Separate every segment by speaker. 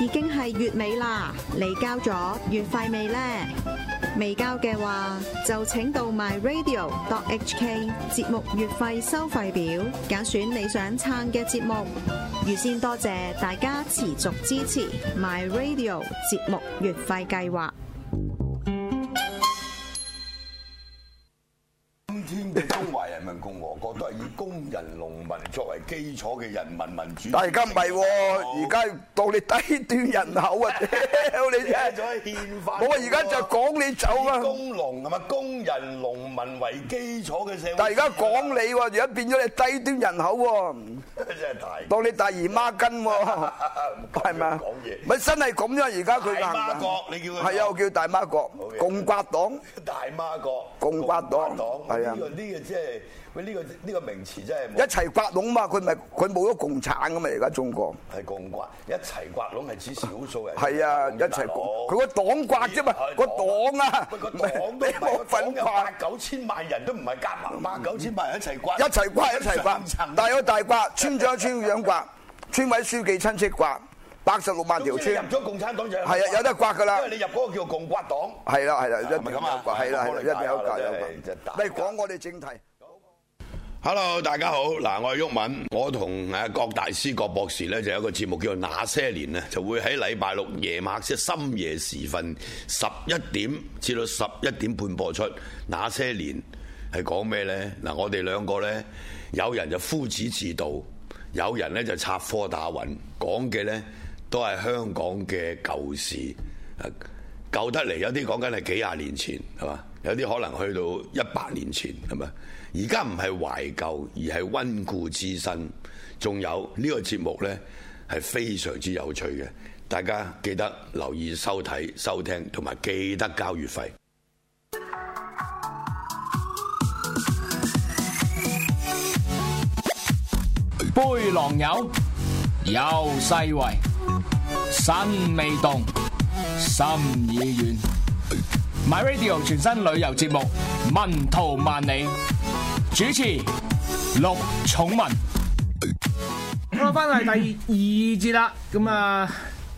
Speaker 1: 已經係月尾啦，你交咗月費未呢？未交嘅話，就請到 myradio.hk 節目月費收費表，揀選你想撐嘅節目。預先多謝大家持續支持 myradio 節目月費計劃。
Speaker 2: 今天嘅中華人民共和國都係以工人農民作為基礎嘅人民民主。
Speaker 3: 但係而家唔係喎，而家當你低端 人口啊，屌你
Speaker 2: 而
Speaker 3: 真
Speaker 2: 家咗憲法，
Speaker 3: 我啊而家就講你走啊
Speaker 2: 以工農係咪工人農民為基礎嘅社會？
Speaker 3: 但係而家講你喎，而家變咗你低端人口喎，
Speaker 2: 真係大
Speaker 3: 當你大姨媽巾喎，係咪啊
Speaker 2: 講嘢？
Speaker 3: 咪真係咁樣，而家佢硬
Speaker 2: 大媽
Speaker 3: 㗎
Speaker 2: 國你叫佢
Speaker 3: 係啊，我叫大媽國
Speaker 2: 好嘢
Speaker 3: 共刮黨。
Speaker 2: 大媽國
Speaker 3: 共刮黨係啊
Speaker 2: 呢個呢個即係喂呢個呢個名詞真係
Speaker 3: 一
Speaker 2: 冇
Speaker 3: 齊刮窿嘛，佢咪佢冇咗共產噶嘛？而家中國
Speaker 2: 係共刮一齊刮窿係指少數人
Speaker 3: 係啊，一齊
Speaker 2: 大佬
Speaker 3: 佢個黨刮啫嘛
Speaker 2: 係，
Speaker 3: 個黨啊，
Speaker 2: 喂個黨
Speaker 3: 唔
Speaker 2: 都
Speaker 3: 係你冇
Speaker 2: 冇份
Speaker 3: 份
Speaker 2: 有
Speaker 3: 刮嗯
Speaker 2: 八，九千萬人都唔係夾埋八九千萬人一齊刮，
Speaker 3: 一齊刮一齊刮
Speaker 2: 上層，
Speaker 3: 大有大刮，村長村長刮，村委書記親戚刮，八十六萬條
Speaker 2: 總之你
Speaker 3: 村
Speaker 2: 入，咗共產黨就有
Speaker 3: 係啊有得刮㗎啦
Speaker 2: 因為你入嗰個叫共刮黨。
Speaker 3: 係啦係啦，一
Speaker 2: 係咪
Speaker 3: 定有
Speaker 2: 咁啊
Speaker 3: 刮，係啦
Speaker 2: 係
Speaker 3: 係
Speaker 2: 我
Speaker 3: 啦，
Speaker 2: 理
Speaker 3: 一
Speaker 2: 解
Speaker 3: 定有刮
Speaker 2: 我
Speaker 3: 有
Speaker 2: 真係真係大
Speaker 3: 刮。你講我哋正題，
Speaker 2: Hello，大家好，嗱，我係鬱敏，我同誒郭大師、郭博士咧就有一個節目叫做《那些年》咧，就會喺禮拜六夜晚即係深夜時分十一點至到十一點半播出。那些年係講咩咧？嗱，我哋兩個咧，有人就夫子自道，有人咧就插科打諢，講嘅咧都係香港嘅舊事。啊舊得嚟，有啲講緊係幾廿年前，係嘛？有啲可能去到一百年前，係咪？而家唔係懷舊，而係温故知新。仲有呢、個節目呢，係非常之有趣嘅，大家記得留意收睇、收聽，同埋記得交月費。
Speaker 4: 背囊友有世圍，身未動，心已遠。My Radio 全新旅遊節目《文圖萬里》，主持陸寵文。
Speaker 5: 好啦，翻嚟第二節啦，咁啊，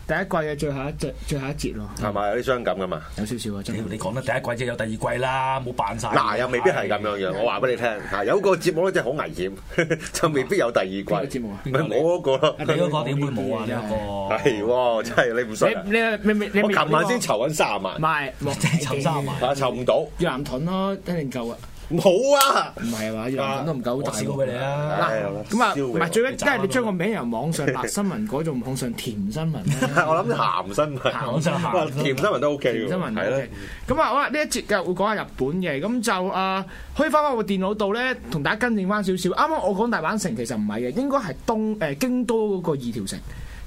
Speaker 5: 第一季嘅最後一節，最後一節咯，
Speaker 6: 係咪有啲傷感噶嘛？
Speaker 5: 有少少啊，真
Speaker 7: 屌
Speaker 5: 係。
Speaker 7: 你講得第一季啫，有第二季啦，冇扮晒。
Speaker 6: 嗱，又未必係咁樣樣。我話俾你聽，嚇有個節目咧真係好危險， 就未必有第二季。
Speaker 5: 邊個節目啊
Speaker 6: 唔係我嗰個咯。
Speaker 7: 你嗰個點會冇啊？呢一
Speaker 6: 係
Speaker 7: 個
Speaker 6: 喎，真係你唔信啊。
Speaker 5: 你你你你
Speaker 6: 我琴晚先
Speaker 5: 唔
Speaker 6: 籌緊三十萬，
Speaker 5: 係，
Speaker 7: 真係沉沙埋。
Speaker 6: 嚇籌唔到，
Speaker 5: 越南盾咯，一定夠啊，
Speaker 6: 冇啊！
Speaker 5: 唔係啊嘛，越南盾都唔夠
Speaker 7: 我
Speaker 5: 大
Speaker 7: 試過俾你
Speaker 5: 喎。
Speaker 7: 啊！
Speaker 6: 唉好啦
Speaker 5: 嗱，咁啊，
Speaker 6: 燒俾
Speaker 5: 唔
Speaker 6: 我
Speaker 5: 係最緊，因為你將個名由網 上辣新聞改做網上甜新聞咧。
Speaker 6: 我諗鹹新聞，
Speaker 7: 鹹新聞
Speaker 6: 哇甜新聞都 OK
Speaker 5: 新
Speaker 6: 喎，
Speaker 5: 聞
Speaker 6: 係
Speaker 5: 係
Speaker 6: 啦
Speaker 5: 啦。。咁啊，好啦，呢一節嘅會講下日本嘅，咁就啊，可以翻返我電腦度咧，同大家跟正翻少少。啱啱我講大阪城其實唔係嘅，應該係東誒京都嗰個二條城。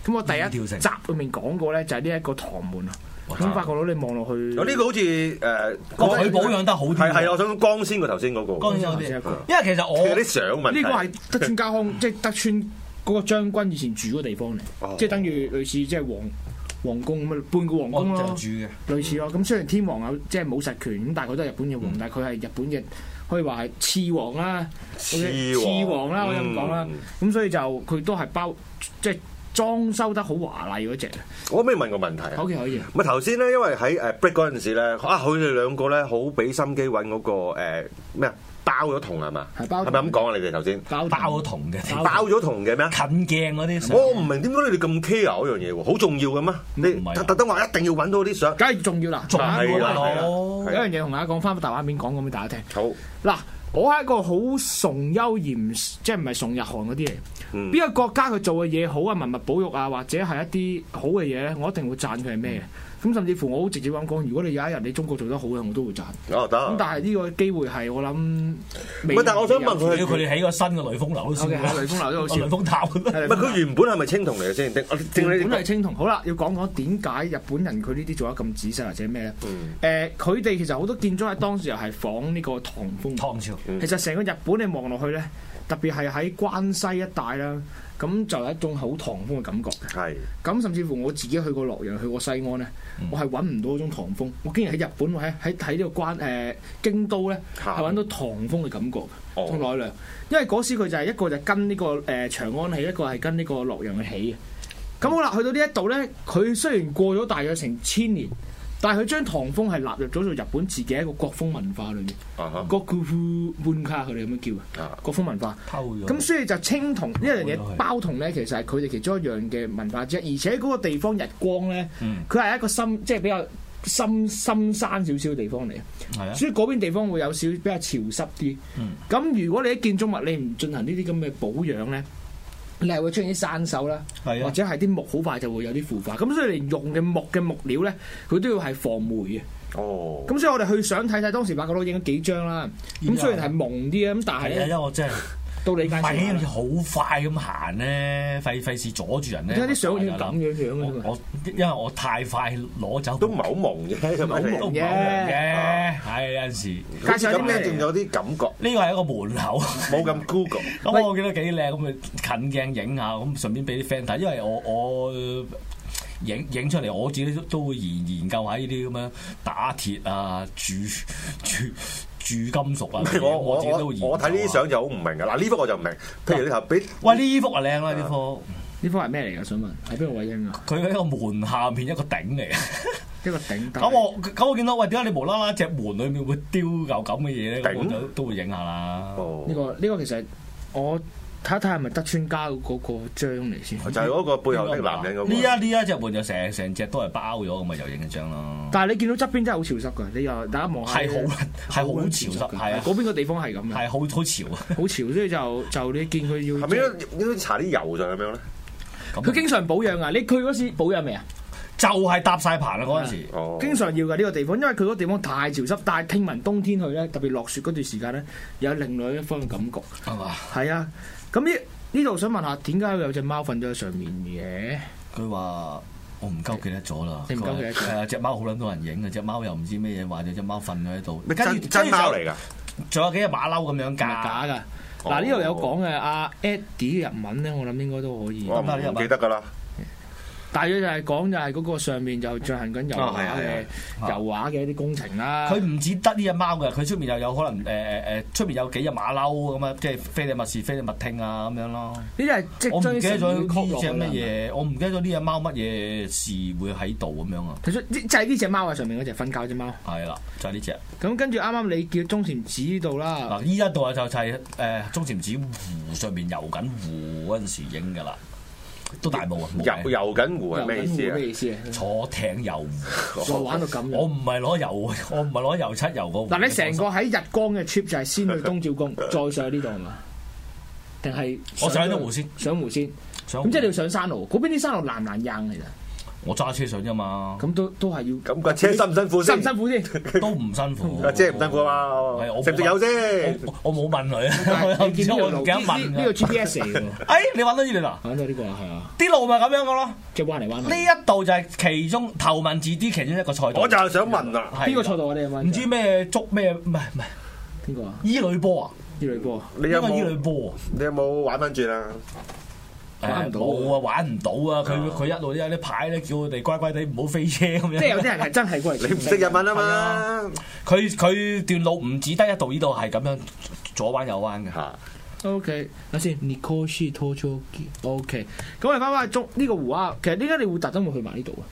Speaker 5: 咁我第
Speaker 7: 嗯二
Speaker 5: 一
Speaker 7: 條城
Speaker 5: 集裏面講過咧，就係呢一個唐門啊。咁發覺到你
Speaker 7: 哦
Speaker 5: 望落去，
Speaker 6: 我呢個好似誒，
Speaker 7: 個佢保養得好啲
Speaker 6: 係
Speaker 7: 喎
Speaker 6: 係，我想講光鮮過頭先嗰個，
Speaker 7: 當然有啲，因為其實我
Speaker 6: 佢啲相問題
Speaker 5: 哦呢個係德川家康，
Speaker 7: 嗯
Speaker 5: 即係德川嗰個將軍以前住嗰地方
Speaker 7: 哦
Speaker 5: 嚟，即係等於類似即係皇皇宮咁樣，半個皇
Speaker 7: 我
Speaker 5: 宮
Speaker 7: 哦就
Speaker 5: 咯
Speaker 7: 住。嘅。
Speaker 5: 類似咯。咁雖然天皇有即係冇實權，咁但係佢都係日本嘅皇，但係佢係日本嘅可以話係次皇啦，
Speaker 6: 次
Speaker 5: 或者次王
Speaker 6: 王
Speaker 5: 啦，可以咁講啦。咁所以就佢都係包即係裝修得好華麗嗰只。
Speaker 6: 我可唔可以問個問題啊
Speaker 5: 好？嘅，可以。
Speaker 6: 咪頭先咧，因為喺誒 break 嗰陣時咧，啊佢哋兩個咧好俾心機揾嗰個誒咩啊，包咗銅係嘛？
Speaker 5: 係包
Speaker 6: 係咪咁講啊？你哋頭先
Speaker 5: 包
Speaker 7: 包咗銅嘅，
Speaker 6: 包咗銅嘅咩啊？
Speaker 7: 近鏡嗰啲相。
Speaker 6: 我唔明點解你哋咁 care 嗰樣嘢喎，好重要嘅咩？
Speaker 7: 唔
Speaker 6: 你
Speaker 7: 係
Speaker 6: 特特登話一定要揾到啲相，
Speaker 5: 梗係重要啦。
Speaker 7: 重
Speaker 5: 大家
Speaker 7: 要
Speaker 6: 係啦
Speaker 7: 啊，
Speaker 5: 講
Speaker 6: 係
Speaker 7: 大
Speaker 6: 啦
Speaker 7: 佬
Speaker 5: 有。一樣嘢同大家講翻大畫面講咁俾大家聽。
Speaker 6: 好
Speaker 5: 嗱，我係一個好崇優而唔即係唔係崇日韓嗰啲嚟。
Speaker 6: 嗯
Speaker 5: 邊、個國家佢做嘅嘢好啊，文物保育啊，或者係一啲好嘅嘢咧，我一定會讚佢係咩嘅。
Speaker 6: 嗯
Speaker 5: 咁甚至乎我好直接咁講，如果你有一日你中國做得好嘅，我都會讚。
Speaker 6: 我得。
Speaker 5: 咁但係呢個機會係我諗未
Speaker 6: 喂但係我想問佢
Speaker 7: 屌佢哋起個新嘅雷峰樓都
Speaker 5: 有
Speaker 7: 笑
Speaker 5: 嘅，係雷
Speaker 7: 啊，
Speaker 5: 風樓都好笑。
Speaker 7: 雷峰塔
Speaker 5: 係
Speaker 6: 唔
Speaker 5: 雷
Speaker 6: 係
Speaker 5: 峰樓
Speaker 6: 佢原本係咪青銅嚟嘅先？定我定你
Speaker 5: 原本係青銅。好啦，要講講點解日本人佢呢啲做得咁仔細或者咩咧？誒、
Speaker 6: 嗯
Speaker 5: 佢哋其實好多建築喺當時又係仿呢個唐風。
Speaker 7: 唐朝。
Speaker 6: 嗯
Speaker 5: 其實成個日本你望落去咧，特別係喺關西一帶啦，咁就有一種好唐風嘅感覺嘅。
Speaker 6: 係
Speaker 5: 咁甚至乎我自己去過洛陽、去過西安咧，
Speaker 6: 嗯
Speaker 5: 我係揾唔到嗰種唐風。我竟然喺日本喺喺喺呢個關誒、呃京都咧，
Speaker 6: 嚇
Speaker 5: 係揾到唐風嘅感覺，
Speaker 6: 哦
Speaker 5: 同奈良。因為嗰時佢就係一個就跟呢、個誒、呃、長安起，一個係跟呢個洛陽去起嘅。咁好啦，去到呢一度呢，佢雖然過咗大約成千年，但係佢將唐風係納入咗做日本自己一個國風文化裏面。
Speaker 6: 啊哈
Speaker 5: g o k u b u n k a 佢哋咁樣叫
Speaker 6: 啊
Speaker 5: 啊，國風文化。
Speaker 7: 偷咗
Speaker 5: 咁所以就青銅呢樣
Speaker 7: 偷咗
Speaker 5: 嘢
Speaker 7: 佢
Speaker 5: 包銅呢，其實係佢哋其中一樣嘅文化之一，而且嗰個地方日光呢，
Speaker 7: 嗯
Speaker 5: 佢係一個深即係比較深深山少少嘅地方嚟。
Speaker 7: 係啊，
Speaker 5: 所以嗰邊地方會有少比較潮濕啲。咁、
Speaker 7: 嗯
Speaker 5: 如果你啲建築物你唔進行呢啲咁嘅保養咧，你係會出現啲生鏽啦，
Speaker 7: 係啊
Speaker 5: 或者係啲木好快就會有啲腐化。咁所以你用嘅木嘅木料咧，佢都要係防霉嘅。
Speaker 6: 哦，
Speaker 5: 咁所以我哋去想睇睇當時八角佬影咗幾張啦。
Speaker 7: 依
Speaker 5: 咁
Speaker 7: 家
Speaker 5: 雖然係蒙啲啊，咁但係
Speaker 7: 係啊，因為
Speaker 5: 咧
Speaker 7: 我真係
Speaker 5: 到你
Speaker 7: 唔
Speaker 5: 介
Speaker 7: 係啊
Speaker 5: 紹
Speaker 7: 好似
Speaker 5: 啦。
Speaker 7: 好快咁行咧，費費事阻住人咧。
Speaker 5: 點解啲相好似咁樣樣
Speaker 7: 啊我
Speaker 5: 嘅啫？
Speaker 7: 我因為我太快攞走，
Speaker 6: 都唔係好忙嘅，係咪
Speaker 7: 都
Speaker 5: 忙
Speaker 7: 唔係好忙嘅，係有陣時呢
Speaker 5: 介紹啲
Speaker 6: 咁
Speaker 5: 咩
Speaker 6: 咧，仲
Speaker 5: 嚟？
Speaker 6: 有啲 感覺，
Speaker 7: 個係一個 門口。
Speaker 6: 冇咁 Google。
Speaker 5: 喂
Speaker 7: 咁我見到幾靚，咁咪近鏡影下，咁順便俾啲 friend 睇，因為我我呃影影出嚟，我自己都都會研研究下呢啲咁樣打鐵啊、 鑄鑄鑄金屬啊，
Speaker 6: 我我
Speaker 7: 自己
Speaker 6: 我
Speaker 7: 都會研究啊
Speaker 6: 我睇呢啲，相就好唔明㗎。嗱呢幅我就唔明，譬如你頭俾
Speaker 7: 喂呢幅啊靚啦，呢幅
Speaker 5: 呢幅係咩嚟㗎？想問喺邊個位影啊？
Speaker 7: 佢喺個門下面一個頂嚟嘅。
Speaker 5: 一個頂
Speaker 7: 咁
Speaker 5: 大。
Speaker 7: 我咁我見到喂點解你無啦啦隻門裏面會丟嚿咁嘅嘢咧？咁我
Speaker 6: 頂
Speaker 7: 就都會影下啦。
Speaker 6: 哦
Speaker 5: 呢、，個呢、個其實我睇一睇係咪德川家嗰個章嚟先。
Speaker 6: 啊就係嗰個背後的男人嗰
Speaker 7: 啊呢
Speaker 6: 個。
Speaker 7: 一呢一隻門就成成隻都係包咗，咁咪又影一張咯。
Speaker 5: 但係你見到側邊真係好潮濕㗎，你又大家望下
Speaker 7: 係好係好潮濕，
Speaker 5: 㗎
Speaker 7: 係啊，
Speaker 5: 嗰邊個地方係咁嘅，
Speaker 7: 係好好潮啊！
Speaker 5: 好潮，所以就就你見佢要
Speaker 6: 係咪應該應該搽啲油上咁樣咧？
Speaker 7: 咁
Speaker 5: 佢經常保養啊！你去嗰時保養未啊？
Speaker 7: 就係搭晒棚啦嗰陣時，
Speaker 6: 哦，
Speaker 5: 經常要㗎呢個地方，因為佢嗰個地方太潮濕，但係聽聞冬天去咧，特別落雪嗰段時間咧，有另外一方嘅感覺。
Speaker 7: 係嘛？
Speaker 5: 係啊，咁呢呢度想問下，點解會有隻貓瞓咗喺上面嘅？
Speaker 7: 佢話。我唔鳩記得咗啦，
Speaker 5: 你唔鳩記得咗
Speaker 7: 係啊！隻貓好撚多人影啊！隻貓又唔知咩嘢，話咗隻貓瞓咗喺度，
Speaker 6: 咩
Speaker 7: 跟住
Speaker 6: 真真貓嚟
Speaker 7: 跟
Speaker 6: 㗎？
Speaker 7: 住就仲有幾隻馬騮咁樣
Speaker 5: 係咪
Speaker 7: 㗎，
Speaker 5: 假㗎？
Speaker 6: 哦
Speaker 5: 嗱呢度有講嘅阿 Eddie 嘅日文咧，我諗應該都可以。
Speaker 6: 我唔記得㗎啦。
Speaker 5: 大約就係講就係嗰個上面就進行緊油畫
Speaker 6: 啊係啊
Speaker 5: 嘅
Speaker 6: 係
Speaker 5: 油畫嘅一啲工程啦。
Speaker 7: 佢唔止得呢只貓嘅，佢出面又有可能誒誒誒，出面有幾隻馬騮咁啊，即係非禮勿視、非禮勿聽啊咁樣咯。
Speaker 5: 呢啲係即係
Speaker 7: 我唔
Speaker 5: 將
Speaker 7: 記
Speaker 5: 啲
Speaker 7: 得
Speaker 5: 成
Speaker 7: 咗
Speaker 5: 語曲
Speaker 7: 呢
Speaker 5: 落
Speaker 7: 只
Speaker 5: 去啦
Speaker 7: 乜。嘢，我唔記得咗呢只貓乜嘢事會喺度咁樣啊。
Speaker 5: 佢出呢就係呢只貓啊，上面嗰只瞓覺只貓。
Speaker 7: 係啦，就係呢只。
Speaker 5: 咁跟住啱啱你叫中禪寺呢度啦，
Speaker 7: 嗱，依一度啊就就係誒中禪寺湖上面游緊湖嗰陣時影㗎啦，都大霧啊，冇嘅
Speaker 6: 遊遊緊湖係咩意思
Speaker 5: 遊緊湖
Speaker 6: 啊？
Speaker 5: 咩意思啊？
Speaker 7: 坐艇遊湖，
Speaker 5: 我玩到咁樣。
Speaker 7: 我唔係攞遊，我唔係攞油漆遊個湖。
Speaker 5: 嗱，你成個喺日光嘅 trip 就係先去東照 宮，再上呢度係嘛？定係
Speaker 7: 我上咗湖先，
Speaker 5: 上湖先。
Speaker 7: 上
Speaker 5: 咁即係你要上山路，嗰邊啲山路難唔難硬嚟㗎？
Speaker 7: 我揸車上 啫嘛，
Speaker 5: 咁都都係要
Speaker 6: 咁架車辛唔辛苦
Speaker 5: 辛唔？
Speaker 6: 先
Speaker 5: 辛苦 先？
Speaker 7: 都唔辛苦。
Speaker 6: 架車唔辛苦啊
Speaker 7: 係
Speaker 6: 嘛
Speaker 7: 我？
Speaker 6: 食唔食有啫？
Speaker 7: 我我冇問佢
Speaker 5: 但
Speaker 7: 啊，
Speaker 5: 係
Speaker 7: 我
Speaker 5: 你
Speaker 7: 唔
Speaker 5: 見
Speaker 7: 知
Speaker 5: 呢
Speaker 7: 我
Speaker 5: 條
Speaker 7: 唔
Speaker 5: 路
Speaker 7: 記得
Speaker 5: 呢呢
Speaker 7: 問
Speaker 5: 呢個
Speaker 7: 佢。
Speaker 5: GPS 嚟㗎喎，
Speaker 7: 哎，你揾到呢段啊？
Speaker 5: 揾到呢個係啊，
Speaker 7: 啲路咪咁樣嘅咯。
Speaker 5: 即係彎嚟彎
Speaker 7: 呢
Speaker 5: 去。
Speaker 7: 一度就係其中頭文字 D 其中一個賽道。
Speaker 6: 我就係想問啦，
Speaker 7: 係
Speaker 5: 邊個錯到我哋啊？
Speaker 7: 唔知咩捉咩唔係唔係
Speaker 5: 邊個啊？
Speaker 7: 伊女波啊？
Speaker 5: 伊雷 波。
Speaker 6: 你
Speaker 7: 應
Speaker 6: 有
Speaker 7: 該伊女
Speaker 6: 冇
Speaker 7: 波啊？
Speaker 6: 你有冇玩翻轉啊？
Speaker 5: 玩唔到啊
Speaker 7: 冇啊，玩唔到啊！佢佢一路都有啲牌咧，叫我哋乖乖地唔好飛車咁樣。
Speaker 5: 即係有啲人係真係過嚟，
Speaker 6: 你唔識日文啊嘛？
Speaker 7: 佢佢段路唔止得一度，呢度係咁樣左彎右彎嘅。
Speaker 6: 嚇！
Speaker 5: O K，睇先 n i k o s h i t o c h o k i O K，咁我哋翻返中呢個湖啊，其實點解你會特登會去埋呢度啊？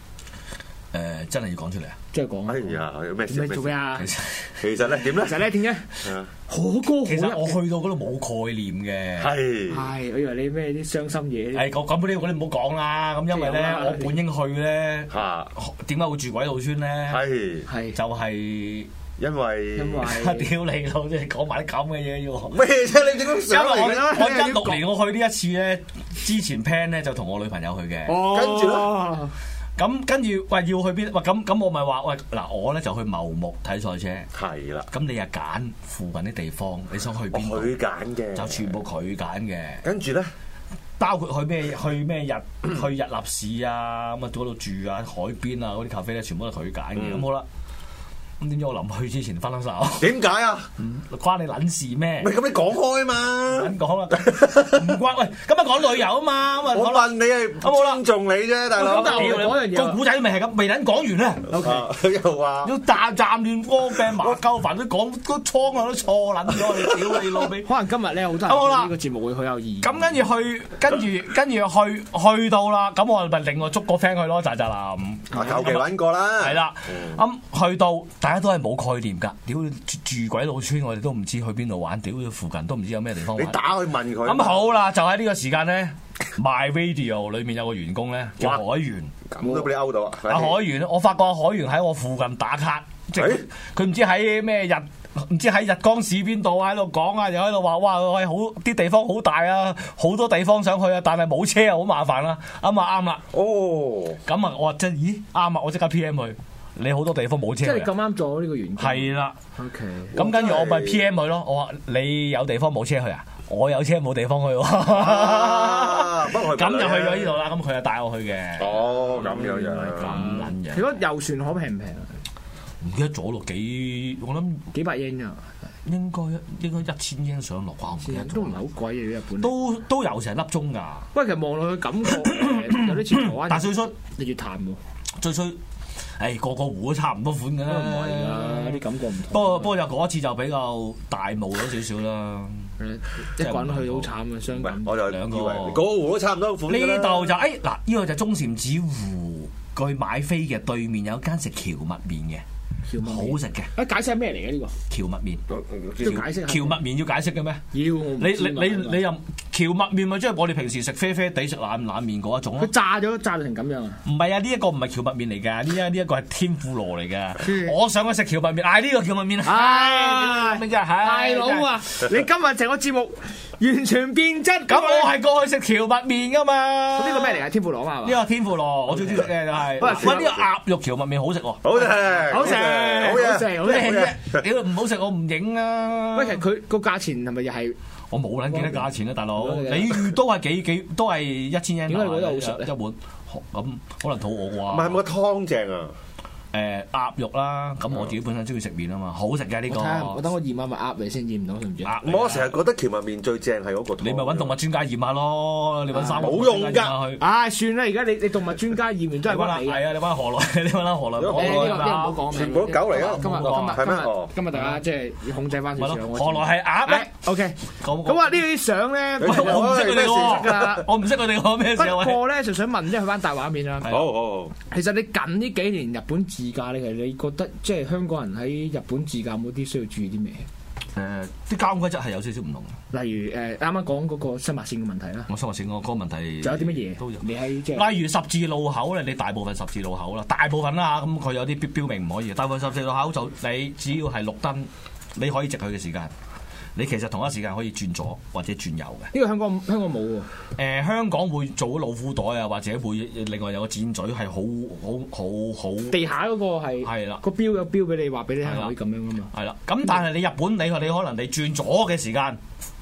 Speaker 7: 誒，真係要講出嚟啊！
Speaker 5: 即係講啊
Speaker 6: 哎，呀，有咩事
Speaker 5: 你？做咩啊
Speaker 7: 其？實
Speaker 6: 其實咧點咧
Speaker 5: 其？實咧點解
Speaker 6: 啊
Speaker 5: 可歌
Speaker 7: 其實
Speaker 5: 好
Speaker 7: 我
Speaker 5: 泣嘅？
Speaker 7: 去到嗰度冇概念嘅。
Speaker 6: 係
Speaker 5: 係，我以為你咩啲傷心嘢，
Speaker 7: 誒，咁咁呢啲你唔好講啦。咁因為咧，我本應去咧，
Speaker 6: 嚇
Speaker 7: 點解會住鬼佬村咧？
Speaker 6: 係，
Speaker 5: 係
Speaker 7: 就係
Speaker 6: 因為
Speaker 5: 因 為
Speaker 7: 屌你老，真係講埋啲咁嘅嘢要 我。
Speaker 6: 咩啫？你點樣
Speaker 7: 因為
Speaker 6: 上
Speaker 7: 我
Speaker 6: 嚟咧？
Speaker 7: 我一六年我去呢一次咧，之前 plan 咧就同我女朋友去嘅。
Speaker 5: 哦，
Speaker 6: 跟住
Speaker 5: 咯，
Speaker 7: 咁跟住喂要去邊？喂咁咁我咪話喂嗱，我咧就去茂木睇賽車。
Speaker 6: 係啦，
Speaker 7: 咁你又揀附近啲地方，你想去
Speaker 6: 我
Speaker 7: 邊
Speaker 6: 佢
Speaker 7: 度？
Speaker 6: 揀嘅，
Speaker 7: 就全部佢揀嘅，
Speaker 6: 跟住咧，
Speaker 7: 包括去咩去咩日去日嗯立市啊，咁啊嗰度住啊海邊啊嗰啲咖啡咧，全部都係佢揀嘅。咁、好啦，咁點知我臨去之前分咗手，
Speaker 6: 點解啊？
Speaker 7: 關你撚事咩
Speaker 6: 喂，？咁你講開嘛？
Speaker 7: 咁講啦，唔關喂，咁啊講旅遊啊嘛，咁啊
Speaker 6: 我
Speaker 7: 好啦
Speaker 6: 問你係
Speaker 7: 好啦
Speaker 6: 尊重你啫，大佬
Speaker 7: 咁。但係我
Speaker 5: 嗰樣嘢啊
Speaker 7: 個古仔咪係咁，未撚講完咧。
Speaker 6: 啊又話
Speaker 7: 要站站亂光病麻鳩煩，都講 個倉啊我都錯撚咗，你屌你老 味！
Speaker 5: 可能今日咧好多人
Speaker 7: 好啦
Speaker 5: 對呢個節目會好有意義。
Speaker 7: 咁跟住去，跟住跟住去去到啦，咁我咪另外捉個 friend 去咯，扎扎林。
Speaker 6: 啊求其揾過啦，嗯
Speaker 7: 係啦，咁去到大家都係冇概念㗎，屌住住鬼佬村，我哋都唔知去邊度玩，屌附近都唔知有咩地方
Speaker 6: 你
Speaker 7: 玩。
Speaker 6: 打去問佢。啊
Speaker 7: 咁好啦，就喺呢個時間咧，My Radio 裏面有個員工咧叫
Speaker 6: 哇
Speaker 7: 海源，
Speaker 6: 咁都俾你勾到啊！
Speaker 7: 阿海源，我發覺阿海源喺我附近打卡，即係
Speaker 6: 咦
Speaker 7: 佢唔知喺咩日。唔知喺日光市邊度喺度講啊，又喺度話哇，喂好啲地方好大啊，好多地方想去啊，但係冇車啊，好麻煩啦。啱啊啱啦，
Speaker 6: 哦，
Speaker 7: 咁啊我話真咦啱啊，我即刻 P.M 佢，你好多地方冇
Speaker 5: 即
Speaker 7: 車
Speaker 5: 係你咁
Speaker 7: 啊。
Speaker 5: 啱做咗呢個員工。
Speaker 7: 係啦。
Speaker 5: OK，
Speaker 7: 咁跟住我咪
Speaker 6: 真係
Speaker 7: P.M 佢咯，我話你有地方冇車去啊，我有車冇地方去
Speaker 6: 啊
Speaker 7: 喎，
Speaker 6: 不過佢
Speaker 7: 咁就去咗呢度啦。咁佢就帶我去嘅，
Speaker 6: 哦咁樣樣，
Speaker 7: Oh 咁撚
Speaker 5: 如
Speaker 7: 樣，
Speaker 5: 果遊船河平唔平啊？
Speaker 7: 唔記得咗咯幾，我諗
Speaker 5: 幾百英啊，
Speaker 7: 應該應該一千英上落啩，我唔記得
Speaker 5: 都唔
Speaker 7: 咗
Speaker 5: 係好
Speaker 7: 啦。
Speaker 5: 貴嘅日本。
Speaker 7: 都都有成粒鐘㗎，
Speaker 5: 喂，其實望落去感 覺有啲似台灣
Speaker 7: 但最衰
Speaker 5: 日月潭喎，
Speaker 7: 最衰，唉個個湖都差唔多款㗎
Speaker 5: 都唔係
Speaker 7: 啦
Speaker 5: 㗎，。啲感覺唔同。
Speaker 7: 不過不過就嗰次就比較大霧咗少少啦。
Speaker 5: 一個人去好慘啊，傷感。
Speaker 6: 我就
Speaker 7: 兩個
Speaker 6: 以為嗰個湖都差唔多款㗎啦
Speaker 7: 呢度就誒嗱，呢個就中禪寺湖，佢買飛嘅對面有間食蕎麥麵
Speaker 5: 蕎
Speaker 7: 嘅，
Speaker 5: 麥
Speaker 7: 好
Speaker 5: 麵
Speaker 7: 食嘅
Speaker 5: 啊，解釋係咩嚟嘅呢
Speaker 7: 蕎麥麵。
Speaker 5: 個？都要解釋下。
Speaker 7: 蕎麥麵要解釋嘅咩？
Speaker 5: 要我唔
Speaker 7: 你
Speaker 5: 知
Speaker 7: 你
Speaker 5: 嘛
Speaker 7: 你你又蕎麥麵咪即係我哋平時食啡啡地食冷冷麵嗰一種
Speaker 5: 佢
Speaker 7: 咯？
Speaker 5: 炸咗炸到成咁樣啊！
Speaker 7: 唔係啊，呢一個唔係蕎麥麵嚟㗎，呢一呢一個係天婦羅嚟㗎。我想去食蕎麥麵，嗌呢個蕎麥麵。啊
Speaker 5: 唉大佬！啊，你
Speaker 7: 咩哎真係
Speaker 5: 今日成個節目完全變質。
Speaker 7: 咁我係過去食蕎麥麵㗎嘛？
Speaker 5: 呢個咩嚟㗎？天哦婦羅啊嘛
Speaker 7: 呢？個天婦羅我最中意食嘅就係，
Speaker 5: 喂
Speaker 7: 喂呢個鴨肉蕎麥麵好食喎。
Speaker 6: 好食，
Speaker 5: 好
Speaker 6: 好
Speaker 5: 食，
Speaker 6: 好
Speaker 5: 好
Speaker 6: 嘢，
Speaker 5: 食，好
Speaker 7: 好靚
Speaker 5: 食。
Speaker 7: 啫！屌唔好食我唔影啊！
Speaker 5: 喂，其實佢個價錢係咪又係？
Speaker 7: 我冇撚記得價錢啊啦，大佬，
Speaker 5: 冇
Speaker 7: 你
Speaker 5: 撚記
Speaker 7: 預都係幾幾都係一千英啊
Speaker 5: 點解你覺得好食咧
Speaker 7: 一碗咁可能肚餓
Speaker 6: 唔係個
Speaker 7: 啩？
Speaker 6: 湯正啊！
Speaker 7: 誒鴨肉啦，咁我自己本身中意食麵啊嘛，好食嘅呢
Speaker 5: 我睇下，我
Speaker 7: 個
Speaker 5: 等我驗下咪鴨你先驗唔到，對唔住。
Speaker 7: 鴨嚟㗎。
Speaker 6: 我成日覺得蕎麥麵最正係嗰個湯。
Speaker 7: 你咪揾動物專家驗下咯，你揾三個
Speaker 6: 冇
Speaker 7: 動物
Speaker 6: 用㗎
Speaker 7: 專家驗下去。
Speaker 5: 唉，算啦，而家你你動物專家驗完都
Speaker 7: 你
Speaker 5: 係
Speaker 7: 揾啦，
Speaker 5: 屈你嘅。
Speaker 7: 係啊，你揾何來？你揾啦何來？
Speaker 6: 如果
Speaker 5: 誒呢
Speaker 6: 何
Speaker 5: 個
Speaker 6: 來
Speaker 5: 呢個唔好講
Speaker 6: 全部都狗嚟啊
Speaker 5: 今日
Speaker 7: 冇
Speaker 5: 今
Speaker 7: 講
Speaker 6: 係咩
Speaker 5: 日
Speaker 6: 哦
Speaker 5: 今日今日大家即係要控制翻
Speaker 7: 咪
Speaker 5: 少少。
Speaker 7: 咯，
Speaker 5: 我
Speaker 7: 何來係鴨咧？
Speaker 5: 知 OK，
Speaker 7: 咁
Speaker 5: 咁啊呢啲相咧，
Speaker 7: 喂
Speaker 5: 不
Speaker 7: 我唔識佢
Speaker 5: 㗎
Speaker 7: 哋
Speaker 5: 啦
Speaker 7: 喎，我唔識佢哋喎，咩事啊？喂，
Speaker 5: 過咧就想問，即係去翻大畫面啦。
Speaker 7: 係
Speaker 6: 好好好
Speaker 5: 其實你近呢幾年日本自駕咧，其實你覺得即係香港人喺日本自駕有冇啲需要注意啲咩？
Speaker 7: 誒啲交通規則係有少少唔同嘅。
Speaker 5: 例如誒啱啱講嗰個新馬線嘅問題啦，
Speaker 7: 我收埋先，我嗰個問題
Speaker 5: 仲有啲乜嘢
Speaker 7: 都有？
Speaker 5: 你喺即係
Speaker 7: 例如十字路口咧，你大部分十字路口啦，大部分啦，咁佢有啲標標明唔可以。大部分十字路口就你只要係綠燈，你可以直去嘅時間，你其實同一時間可以轉左或者轉右嘅。
Speaker 5: 呢個香港香港冇喎，
Speaker 7: 誒、呃香港會做老虎袋啊，或者會另外有個箭嘴係好好好好。
Speaker 5: 地下嗰個係
Speaker 7: 係啦
Speaker 5: 個標有標俾你話俾你聽
Speaker 7: 係啦
Speaker 5: 可以咁樣噶嘛。
Speaker 7: 係啦，咁但係你日本你你可能你轉左嘅時間，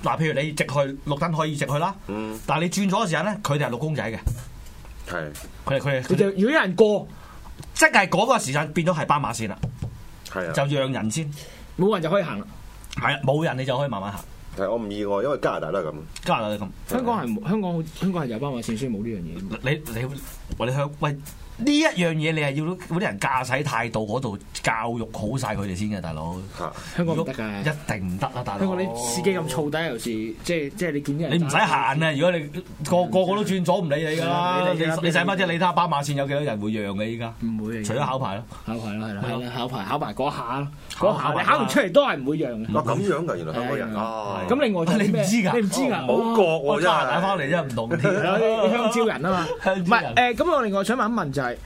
Speaker 7: 嗱譬如你直去綠燈可以直去啦，
Speaker 6: 嗯
Speaker 7: 但係你轉左嘅時間咧，佢哋係綠公仔嘅，
Speaker 6: 係
Speaker 7: 佢哋佢哋
Speaker 5: 佢就
Speaker 7: 佢哋
Speaker 5: 如果有人過，
Speaker 7: 即係嗰個時間變咗係斑馬線啦，
Speaker 6: 係啊，
Speaker 7: 就讓人先。
Speaker 5: 冇人就可以行啦。
Speaker 7: 係啊，冇人你就可以慢慢行。
Speaker 6: 係我唔意外，因為加拿大都係咁。
Speaker 7: 加拿大都咁，
Speaker 5: 香港係冇香港香港係有斑馬線，所以冇呢樣嘢。
Speaker 7: 你你喂你香喂呢一樣嘢，你係要嗰啲人駕駛態度嗰度教育好晒佢哋先嘅，大佬。
Speaker 6: 嚇，
Speaker 5: 香港唔得㗎，
Speaker 7: 如果一定唔得啦，大佬。
Speaker 5: 香港啲司機咁燥底，有時即係即係你見啲人
Speaker 7: 你唔使行啊！如果你個個個都轉左唔理你㗎啦，
Speaker 5: 嗯你
Speaker 7: 你
Speaker 5: 理㗎
Speaker 7: 你使乜啫？你睇下斑馬線有幾多人會讓嘅依家？
Speaker 5: 唔會嘅
Speaker 7: 除咗考牌咯，
Speaker 5: 考牌啦，係啦，
Speaker 7: 咪咯
Speaker 5: 係啦，考牌考埋嗰下咯，
Speaker 7: 考
Speaker 5: 嗰下你
Speaker 7: 牌
Speaker 5: 考唔出嚟都係唔會讓
Speaker 6: 哇
Speaker 5: 嘅。
Speaker 6: 啊咁樣㗎，原來香港人
Speaker 5: 係
Speaker 6: 啊！
Speaker 5: 咁另外仲有
Speaker 7: 你唔
Speaker 5: 咩
Speaker 7: 知㗎
Speaker 5: 你唔知㗎，
Speaker 6: 哦唔好覺
Speaker 7: 我
Speaker 6: 喎，
Speaker 7: 加
Speaker 6: 真
Speaker 7: 拿
Speaker 6: 係
Speaker 7: 大翻嚟真係唔 同
Speaker 5: 係啦啲
Speaker 7: 啲。
Speaker 5: 香蕉人啊嘛，
Speaker 7: 香
Speaker 5: 唔
Speaker 7: 蕉
Speaker 5: 係
Speaker 7: 人
Speaker 5: 誒咁，我另外想問一問就係，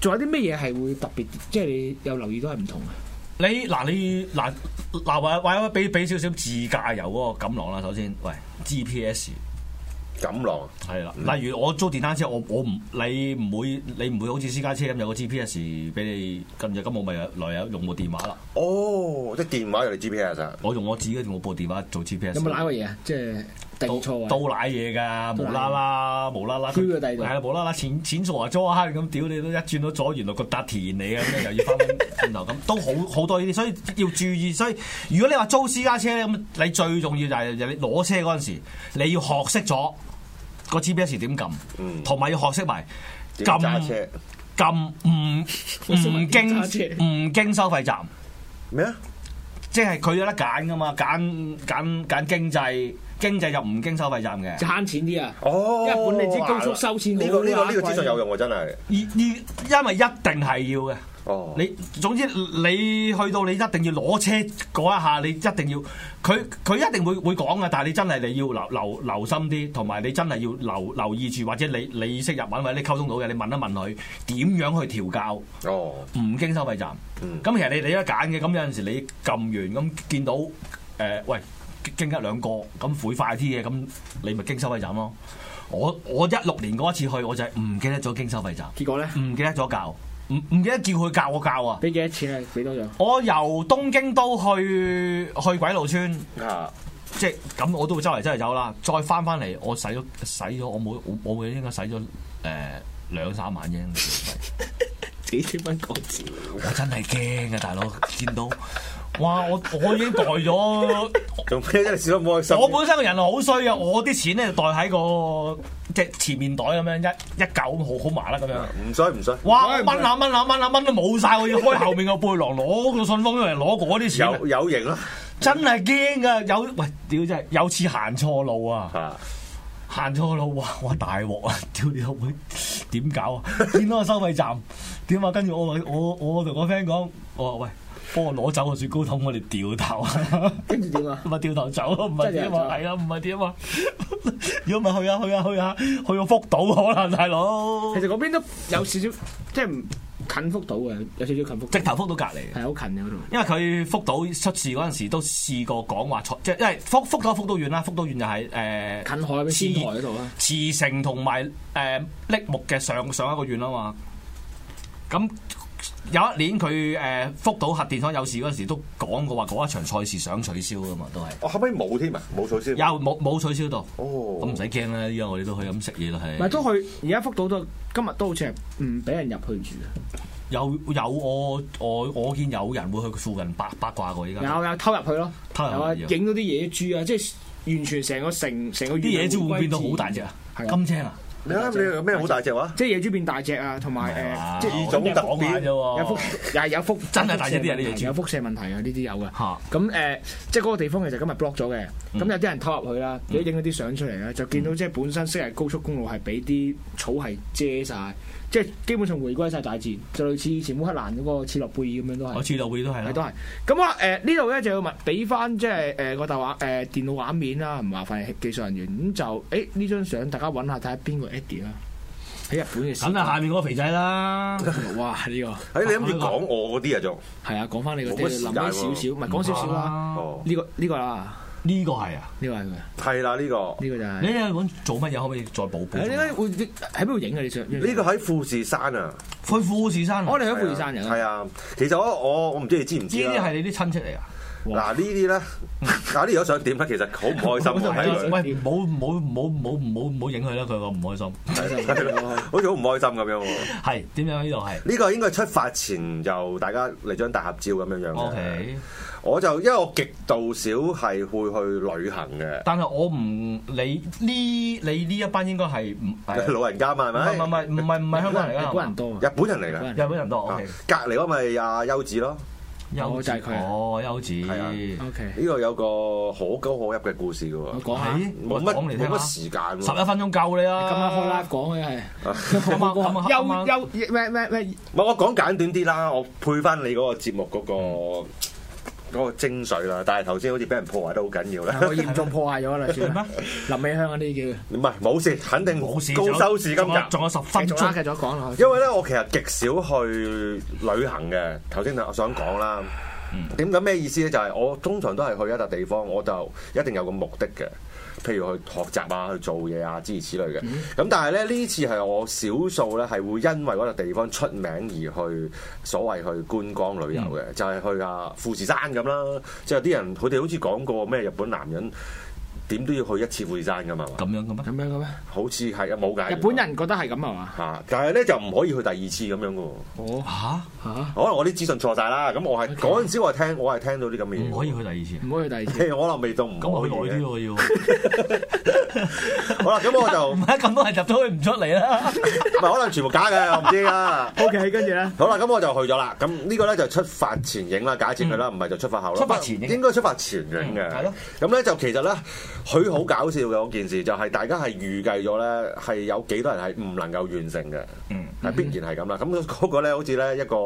Speaker 5: 仲有啲乜嘢係會特別，即係你有留意到係唔同嘅？
Speaker 7: 你嗱你嗱嗱或或者俾俾少少自駕遊嗰個感覺啦，首先喂 GPS。
Speaker 6: 錦囊
Speaker 7: 係
Speaker 5: 嗯
Speaker 7: 啦，例如我租電單車，我我唔你唔會你唔會好似私家車咁有個 GPS 俾你跟住，咁我咪來有用部電話啦。
Speaker 6: 哦，即係電話又嚟 GPS 啊！
Speaker 7: 我用我自己用我部電話做 GPS。
Speaker 5: 有冇揦過嘢啊？即係定
Speaker 7: 到
Speaker 5: 錯位
Speaker 7: 到奶嘢㗎，無啦啦無啦啦，
Speaker 5: 飄咗第二度
Speaker 7: 係啊無啦啦淺淺傻左黑咁，屌你都一轉到左，原來個笪田嚟嘅，咁樣又要翻轉頭咁，都好好多呢啲，所以要注意。所以如果你話租私家車咧，咁你最重要就係你攞車嗰陣時，你要學識咗個 GPS 點撳，同埋要學識埋
Speaker 6: 嗯點揸
Speaker 7: 撳
Speaker 6: 車
Speaker 7: 撳唔唔經唔經收費站。
Speaker 6: 咩啊？
Speaker 7: 即係佢有得揀噶嘛，揀揀揀經濟，經濟就唔經收費站嘅。
Speaker 5: 慳錢啲啊！
Speaker 6: 哦，
Speaker 5: 因為本地啲高速收錢好
Speaker 6: 呢個呢個
Speaker 5: 乸
Speaker 6: 呢個資訊有用喎，真係。
Speaker 7: 而而因為一定係要嘅。
Speaker 6: 哦，
Speaker 7: 你總之你去到你一定要攞車嗰一下，你一定要佢佢一定會會講嘅，但係你真係你要留留留心啲，同埋你真係要留留意住，或者你你識日文或者你溝通到嘅，你問一問佢點樣去調教。
Speaker 6: 哦，
Speaker 7: 唔經收費站。咁、其實你你有得揀嘅，咁有陣時你撳完咁見到誒、呃喂經一兩個咁會快啲嘅，咁你咪經收費站咯。我我一六年嗰一次去，我就係唔記得咗經收費站，
Speaker 5: 結果咧，
Speaker 7: 唔記得咗教，唔唔記得叫佢教我教啊！
Speaker 5: 俾幾多錢啊？俾多咗。
Speaker 7: 我由東京都去去鬼路村。
Speaker 6: 啊，
Speaker 7: 即係咁，我都會周圍周圍走啦。再翻翻嚟，我使咗使咗，我冇我我應該使咗誒呃兩三萬英。
Speaker 5: 幾千蚊港紙？
Speaker 7: 我真係驚啊，大佬！見到哇，我我已經袋 咗，我
Speaker 6: 做咩啫？你笑得唔開心。
Speaker 7: 本身個人好衰啊，我啲錢咧袋喺個即係前面袋咁樣一一嚿咁好好麻啦咁樣。
Speaker 6: 唔衰唔衰，
Speaker 7: 哇！掹下掹下掹下掹都冇晒，我要開後面個背囊攞個信封出嚟攞嗰啲錢啊，
Speaker 6: 有有型啦
Speaker 7: 真係驚噶！有喂屌真係有次行錯路啊！
Speaker 6: 嚇，
Speaker 7: 行咗個路，哇！哇大鑊啊！ 屌你老妹，點搞啊？見到個收費站點啊？跟住我話我我同我 friend 講，我話喂，幫我攞走個雪糕筒，我哋掉頭啊！
Speaker 5: 跟住點啊？
Speaker 7: 咪掉頭走咯，唔係點啊？係啊，唔係點啊？ 如果咪去啊去啊去啊去到福島可能大佬
Speaker 5: 其，實嗰邊都有少少，即係唔近福島嘅，有少少近福
Speaker 7: 直
Speaker 5: 島，
Speaker 7: 頭福島隔離。
Speaker 5: 係好近嘅嗰度。
Speaker 7: 因為佢福島出事嗰陣時都試過講話錯，即係因為福福島福島縣啦，福島縣就係、誒、
Speaker 5: 近海嗰邊
Speaker 7: 刺
Speaker 5: 仙台嗰度啊，
Speaker 7: 慈城同埋誒瀝木嘅上上一個縣啊嘛。咁有一年佢誒、呃福島核電廠有事嗰陣時，都講過話嗰一場賽事想取消噶嘛，都係
Speaker 6: 我後尾冇添啊，冇取消。
Speaker 7: 有冇冇取消到，
Speaker 6: 哦
Speaker 7: 咁唔使驚啦，依家我哋都去咁食嘢啦，
Speaker 5: 唔係
Speaker 7: 係
Speaker 5: 都去而家福島都今日都好似係唔俾人入去住啊。
Speaker 7: 有有我我我見有人會去附近八八卦過依家，
Speaker 5: 有有偷入去咯，
Speaker 7: 偷入去
Speaker 5: 有啊，
Speaker 7: 有
Speaker 5: 影到啲野豬啊，即係完全成個城成個
Speaker 7: 啲野豬會變到
Speaker 5: 到
Speaker 7: 好大隻啊，
Speaker 5: 係啊
Speaker 7: 金青啊，
Speaker 6: 你啱你有咩好大隻話？
Speaker 5: 即係野豬變大隻啊，同埋誒，即係
Speaker 6: 種特
Speaker 7: 講下啫喎
Speaker 5: 有輻又係有輻
Speaker 7: 哦 真係大隻啲啊
Speaker 5: 有輻射問題有
Speaker 7: 呢啲野豬
Speaker 5: 輻射問題啊，呢啲有嘅。
Speaker 7: 嚇嗯
Speaker 5: 咁誒，即係嗰個地方其實今日 block 咗嘅，咁有啲人偷入去啦，有啲影咗啲相出嚟咧，就見到即係本身昔日高速公路係俾啲草係遮晒，即係基本上回歸晒大自然，就類似以前烏克蘭嗰個切諾貝爾咁樣都係
Speaker 7: 我。知道會都係
Speaker 5: 係都
Speaker 7: 啦，
Speaker 5: 係。咁啊誒呢度咧就要問俾翻即係誒個大話誒電腦畫面啦，唔麻煩技術人員咁就誒呢張相大家揾下睇下邊個 Eddie 啦。喺日本嘅時
Speaker 7: 梗係下面嗰個肥 仔啦，
Speaker 5: 候，哇呢個
Speaker 6: 哎誒，你諗住講我嗰啲啊仲？
Speaker 5: 係啊，講翻你個
Speaker 6: 冇乜
Speaker 5: 啲
Speaker 6: 時
Speaker 5: 諗
Speaker 6: 間喎嗯
Speaker 5: 翻少少，唔係講少少啦。
Speaker 6: 哦，
Speaker 5: 呢個呢個啦，
Speaker 7: 呢個係啊，
Speaker 5: 呢個係佢，
Speaker 6: 係啦，呢個
Speaker 5: 呢個就
Speaker 7: 你
Speaker 5: 係。
Speaker 7: 喺度做乜嘢？可唔可以再補啊
Speaker 5: 誒點
Speaker 7: 補？
Speaker 5: 解會喺邊度影嘅啊你相？哦
Speaker 6: 呢
Speaker 5: 呢
Speaker 6: 個喺富士山啊，
Speaker 7: 去富士山啊，
Speaker 5: 我哋喺富士
Speaker 6: 係
Speaker 5: 山
Speaker 6: 啊
Speaker 5: 人
Speaker 6: 係啊，其實我我我唔知你知唔
Speaker 7: 呢
Speaker 6: 知
Speaker 7: 啲
Speaker 6: 啦
Speaker 7: 係。你啲親戚嚟啊！
Speaker 6: 嗱呢啲 咧，嗱呢有想點咧？其實好唔開心喎，睇佢
Speaker 7: 喂，唔好唔好唔好唔好唔好唔好影佢啦，佢個唔開心。
Speaker 6: 好似好唔開心咁樣喎。
Speaker 7: 係點樣呢度係
Speaker 6: 呢個應該係出發前就大家嚟張大合照咁樣樣嘅。
Speaker 7: ？OK，
Speaker 6: 我就因為我極度少係會去旅行嘅，
Speaker 7: 但係我唔你呢你呢一班應該係唔係 唔
Speaker 6: 老人家嘛係
Speaker 7: 係唔
Speaker 6: 咪？
Speaker 7: 係唔係唔係香港人嚟
Speaker 5: 日
Speaker 7: 㗎？
Speaker 5: 本人多啊
Speaker 6: 日本人嚟
Speaker 5: 日
Speaker 6: 嘅，
Speaker 7: 日本人多。OK，
Speaker 6: 隔離嗰咪阿優子咯。
Speaker 7: 優
Speaker 5: 啊我就係佢啊
Speaker 7: 哦，優子
Speaker 6: 係啊
Speaker 5: 本。O K，
Speaker 6: 呢個有個可歌可泣嘅故事嘅
Speaker 5: 我
Speaker 6: 喎，
Speaker 5: 講下，今
Speaker 7: 係
Speaker 6: 冇乜
Speaker 7: 講嚟
Speaker 6: 冇
Speaker 7: 聽
Speaker 6: 乜
Speaker 7: 下
Speaker 6: 時間喎。
Speaker 7: 十一分鐘夠你啦。
Speaker 5: 晚開 live 講嘅係。
Speaker 6: 啊
Speaker 7: 今晚今晚今晚
Speaker 5: 又又咩咩咩？
Speaker 6: 唔係我講簡短啲啦，我配翻你嗰個節目嗰、個嗰個精髓啦。但係頭先好似俾人破壞得好緊
Speaker 7: 啊
Speaker 6: 要
Speaker 5: 我
Speaker 6: 啦。
Speaker 5: 嚴重破壞咗啦，算啦。林美香嗰啲
Speaker 6: 唔係冇事，肯定
Speaker 7: 冇事，
Speaker 6: 高收視今
Speaker 7: 仲
Speaker 6: 日
Speaker 7: 有。仲有十
Speaker 5: 叫
Speaker 7: 分
Speaker 5: 繼續啦，繼
Speaker 7: 鐘。
Speaker 5: 續講落去。
Speaker 6: 因為咧，我其實極少去旅行嘅。頭先我想講啦，
Speaker 5: 嗯
Speaker 6: 點解咩意思咧？就係、我通常都係去一笪地方，我就一定有個目的嘅，譬如去學習啊、去做嘢啊，諸如此類嘅。
Speaker 5: 嗯
Speaker 6: 咁、但係咧，呢次係我少數咧係會因為嗰笪地方出名而去所謂去觀光旅遊嘅，
Speaker 5: 嗯
Speaker 6: 就係去啊富士山咁啦。即係有啲人佢哋好似講過咩日本男人。點都要去一次富士山㗎嘛，係嘛
Speaker 7: 咁樣嘅
Speaker 5: 咁
Speaker 7: 咩？
Speaker 5: 樣嘅咩？
Speaker 6: 好似係啊冇㗎。
Speaker 5: 日本人覺得係咁啊嘛？
Speaker 6: 嚇、但係咧就唔可以去第二次咁樣嘅喎。
Speaker 5: 哦
Speaker 7: 嚇，
Speaker 5: 嚇，
Speaker 6: 可能我啲資訊錯晒啦。咁我係嗰陣時我係聽我係聽到啲咁嘅嘢。
Speaker 7: 唔可以去第二
Speaker 5: 唔
Speaker 7: 次。
Speaker 5: 好去第 二次。
Speaker 6: 譬如我可能未到唔
Speaker 7: 咁我
Speaker 6: 可
Speaker 7: 去耐
Speaker 6: 以
Speaker 7: 啲
Speaker 6: 嘅。
Speaker 7: 喎要，
Speaker 6: 好啦，咁我就
Speaker 7: 唔係咁多人入咗去唔出嚟啦。
Speaker 6: 唔係可能全部假嘅，我唔知啊。
Speaker 5: O K，跟住咧，
Speaker 6: 好啦，咁我就去咗啦。咁呢個咧就出發前影啦，假設佢啦，唔係就出發後啦。
Speaker 7: 嗯出發前影
Speaker 6: 應該出發前影嘅。
Speaker 7: 嗯係咯。
Speaker 6: 咁咧就其實咧，佢好搞笑嘅嗰件事就係大家係預計咗咧係有幾多人係唔能夠完成嘅。
Speaker 7: 嗯，
Speaker 6: 係必然係咁啦。咁嗰個咧好似咧一個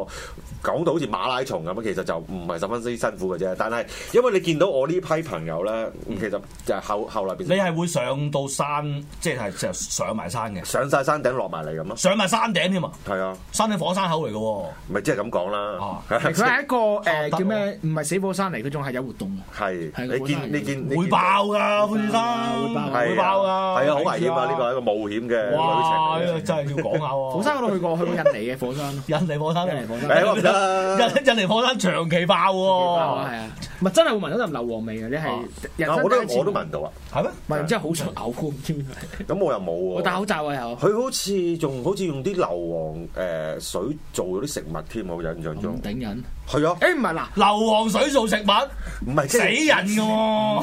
Speaker 6: 講到好似馬拉松咁樣，其實就唔係十分之辛苦嘅啫。但係因為你見到我呢批朋友咧，其實就係後後來變
Speaker 7: 嗯你
Speaker 6: 成
Speaker 7: 係會上到山，即係就上埋山嘅，
Speaker 6: 上晒山頂落埋嚟咁咯。
Speaker 7: 上埋山頂添啊！
Speaker 6: 係啊，
Speaker 7: 山頂火山口嚟嘅喎，
Speaker 6: 咪即係咁講啦
Speaker 7: 哦。
Speaker 5: 佢係一個誒
Speaker 7: 得
Speaker 5: 叫
Speaker 7: 喎
Speaker 5: 咩？唔係死火山嚟，佢仲係有活動嘅。
Speaker 6: 係
Speaker 5: 係
Speaker 6: 你見你見你
Speaker 7: 會
Speaker 6: 見
Speaker 7: 爆㗎富士山，
Speaker 5: 會爆㗎
Speaker 6: 係
Speaker 7: 會爆㗎，
Speaker 6: 係啊，好危險啊！呢個係一個冒險嘅旅程
Speaker 7: 哇！
Speaker 6: 嚟
Speaker 7: 呢
Speaker 6: 嘅
Speaker 7: 個真係要講下喎。
Speaker 5: 火山嗰度去過，去過印尼嘅火山咯。
Speaker 7: 印尼火山，
Speaker 5: 印尼火山
Speaker 6: 誒我唔得
Speaker 7: 印印尼火山長期爆喎，
Speaker 5: 係啊，唔係真係會聞到陣硫磺味嘅，你
Speaker 6: Ờ.
Speaker 5: 係
Speaker 7: 啊
Speaker 5: 人
Speaker 6: 嗱
Speaker 5: 生
Speaker 6: 我都
Speaker 5: 第一次
Speaker 6: 我都聞到啊，
Speaker 7: 係咩？
Speaker 5: 聞完之後好想嘔添，唔知點解
Speaker 6: 咁我又
Speaker 5: 我
Speaker 6: 冇
Speaker 5: 戴
Speaker 6: 喎。
Speaker 5: 口罩啊又。
Speaker 6: 佢好似仲好似用啲硫磺誒水做咗啲食物添，我印象
Speaker 5: 唔
Speaker 6: 中
Speaker 5: 頂人，
Speaker 6: 係啊，
Speaker 5: 嗯誒唔係嗱，
Speaker 7: 硫磺水做食物。
Speaker 6: 唔係即
Speaker 7: 死
Speaker 6: 係
Speaker 7: 人嘅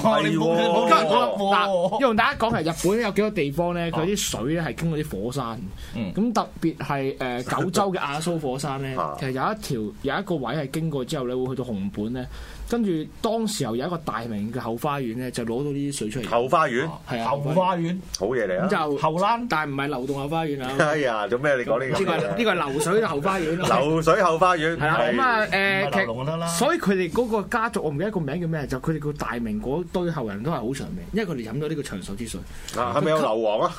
Speaker 7: 喎，你冇你
Speaker 6: 係喎
Speaker 7: 冇得笠
Speaker 5: 嗱，要
Speaker 7: 喎。
Speaker 5: 同大家講係日本有幾個地方咧，佢啲水咧係經過啲火山，
Speaker 7: 嗯
Speaker 5: 咁特別係誒九州嘅亞蘇火山咧
Speaker 6: 啊，
Speaker 5: 其實有一條有一個位係經過之後咧，會去到紅本咧，跟住當時候有一個大明嘅後花園咧，就攞到呢啲水出嚟，
Speaker 6: 後花園
Speaker 5: 係啊
Speaker 7: 後花園、
Speaker 6: 好嘢嚟
Speaker 5: 咁
Speaker 6: 啊！
Speaker 5: 就
Speaker 7: 後欄，
Speaker 5: 但係唔係流動後花園啊，
Speaker 6: 哎呀，做咩你講呢
Speaker 5: 呢
Speaker 6: 個
Speaker 5: 個 係呢個係流水嘅後花園啊。
Speaker 6: 流水後花園
Speaker 5: 係啦，咁啊誒，
Speaker 7: 唔係
Speaker 5: 其
Speaker 7: 流龍就得啦
Speaker 5: 所以佢哋嗰個家族，我唔記得個名叫咩，就佢哋個大明嗰堆後人都係好長命，因為佢哋飲咗呢個長壽之水，
Speaker 6: 啊係咪有硫磺啊？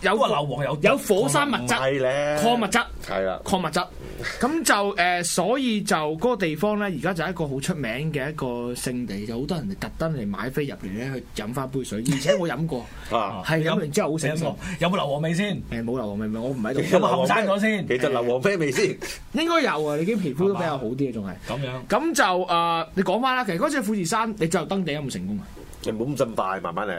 Speaker 5: 有
Speaker 7: 因為硫磺有
Speaker 5: 有火山物質、
Speaker 6: 係咧，
Speaker 5: 礦物質。
Speaker 6: 係啊啦，
Speaker 5: 礦物質，咁就誒、呃所以就嗰個地方咧，而家就係一個好出名嘅一個聖地，就好多人哋特登嚟買飛入嚟咧去飲翻杯水，而且我飲過，
Speaker 6: 啊
Speaker 5: 係飲完之後好
Speaker 7: 有
Speaker 5: 醒神
Speaker 7: 冇。有冇硫磺味先？
Speaker 5: 誒冇流明明我唔喺度，
Speaker 7: 有冇 後生咗先？
Speaker 6: 啊其實硫磺咩味先？
Speaker 5: 應該有啊！你啲皮膚都比較好啲啊，仲係。
Speaker 7: 咁樣
Speaker 5: 咁就誒、呃你講翻啦。其實嗰次富士山，你最後登頂有冇成功啊？
Speaker 6: 你唔好咁咁快，慢慢嚟。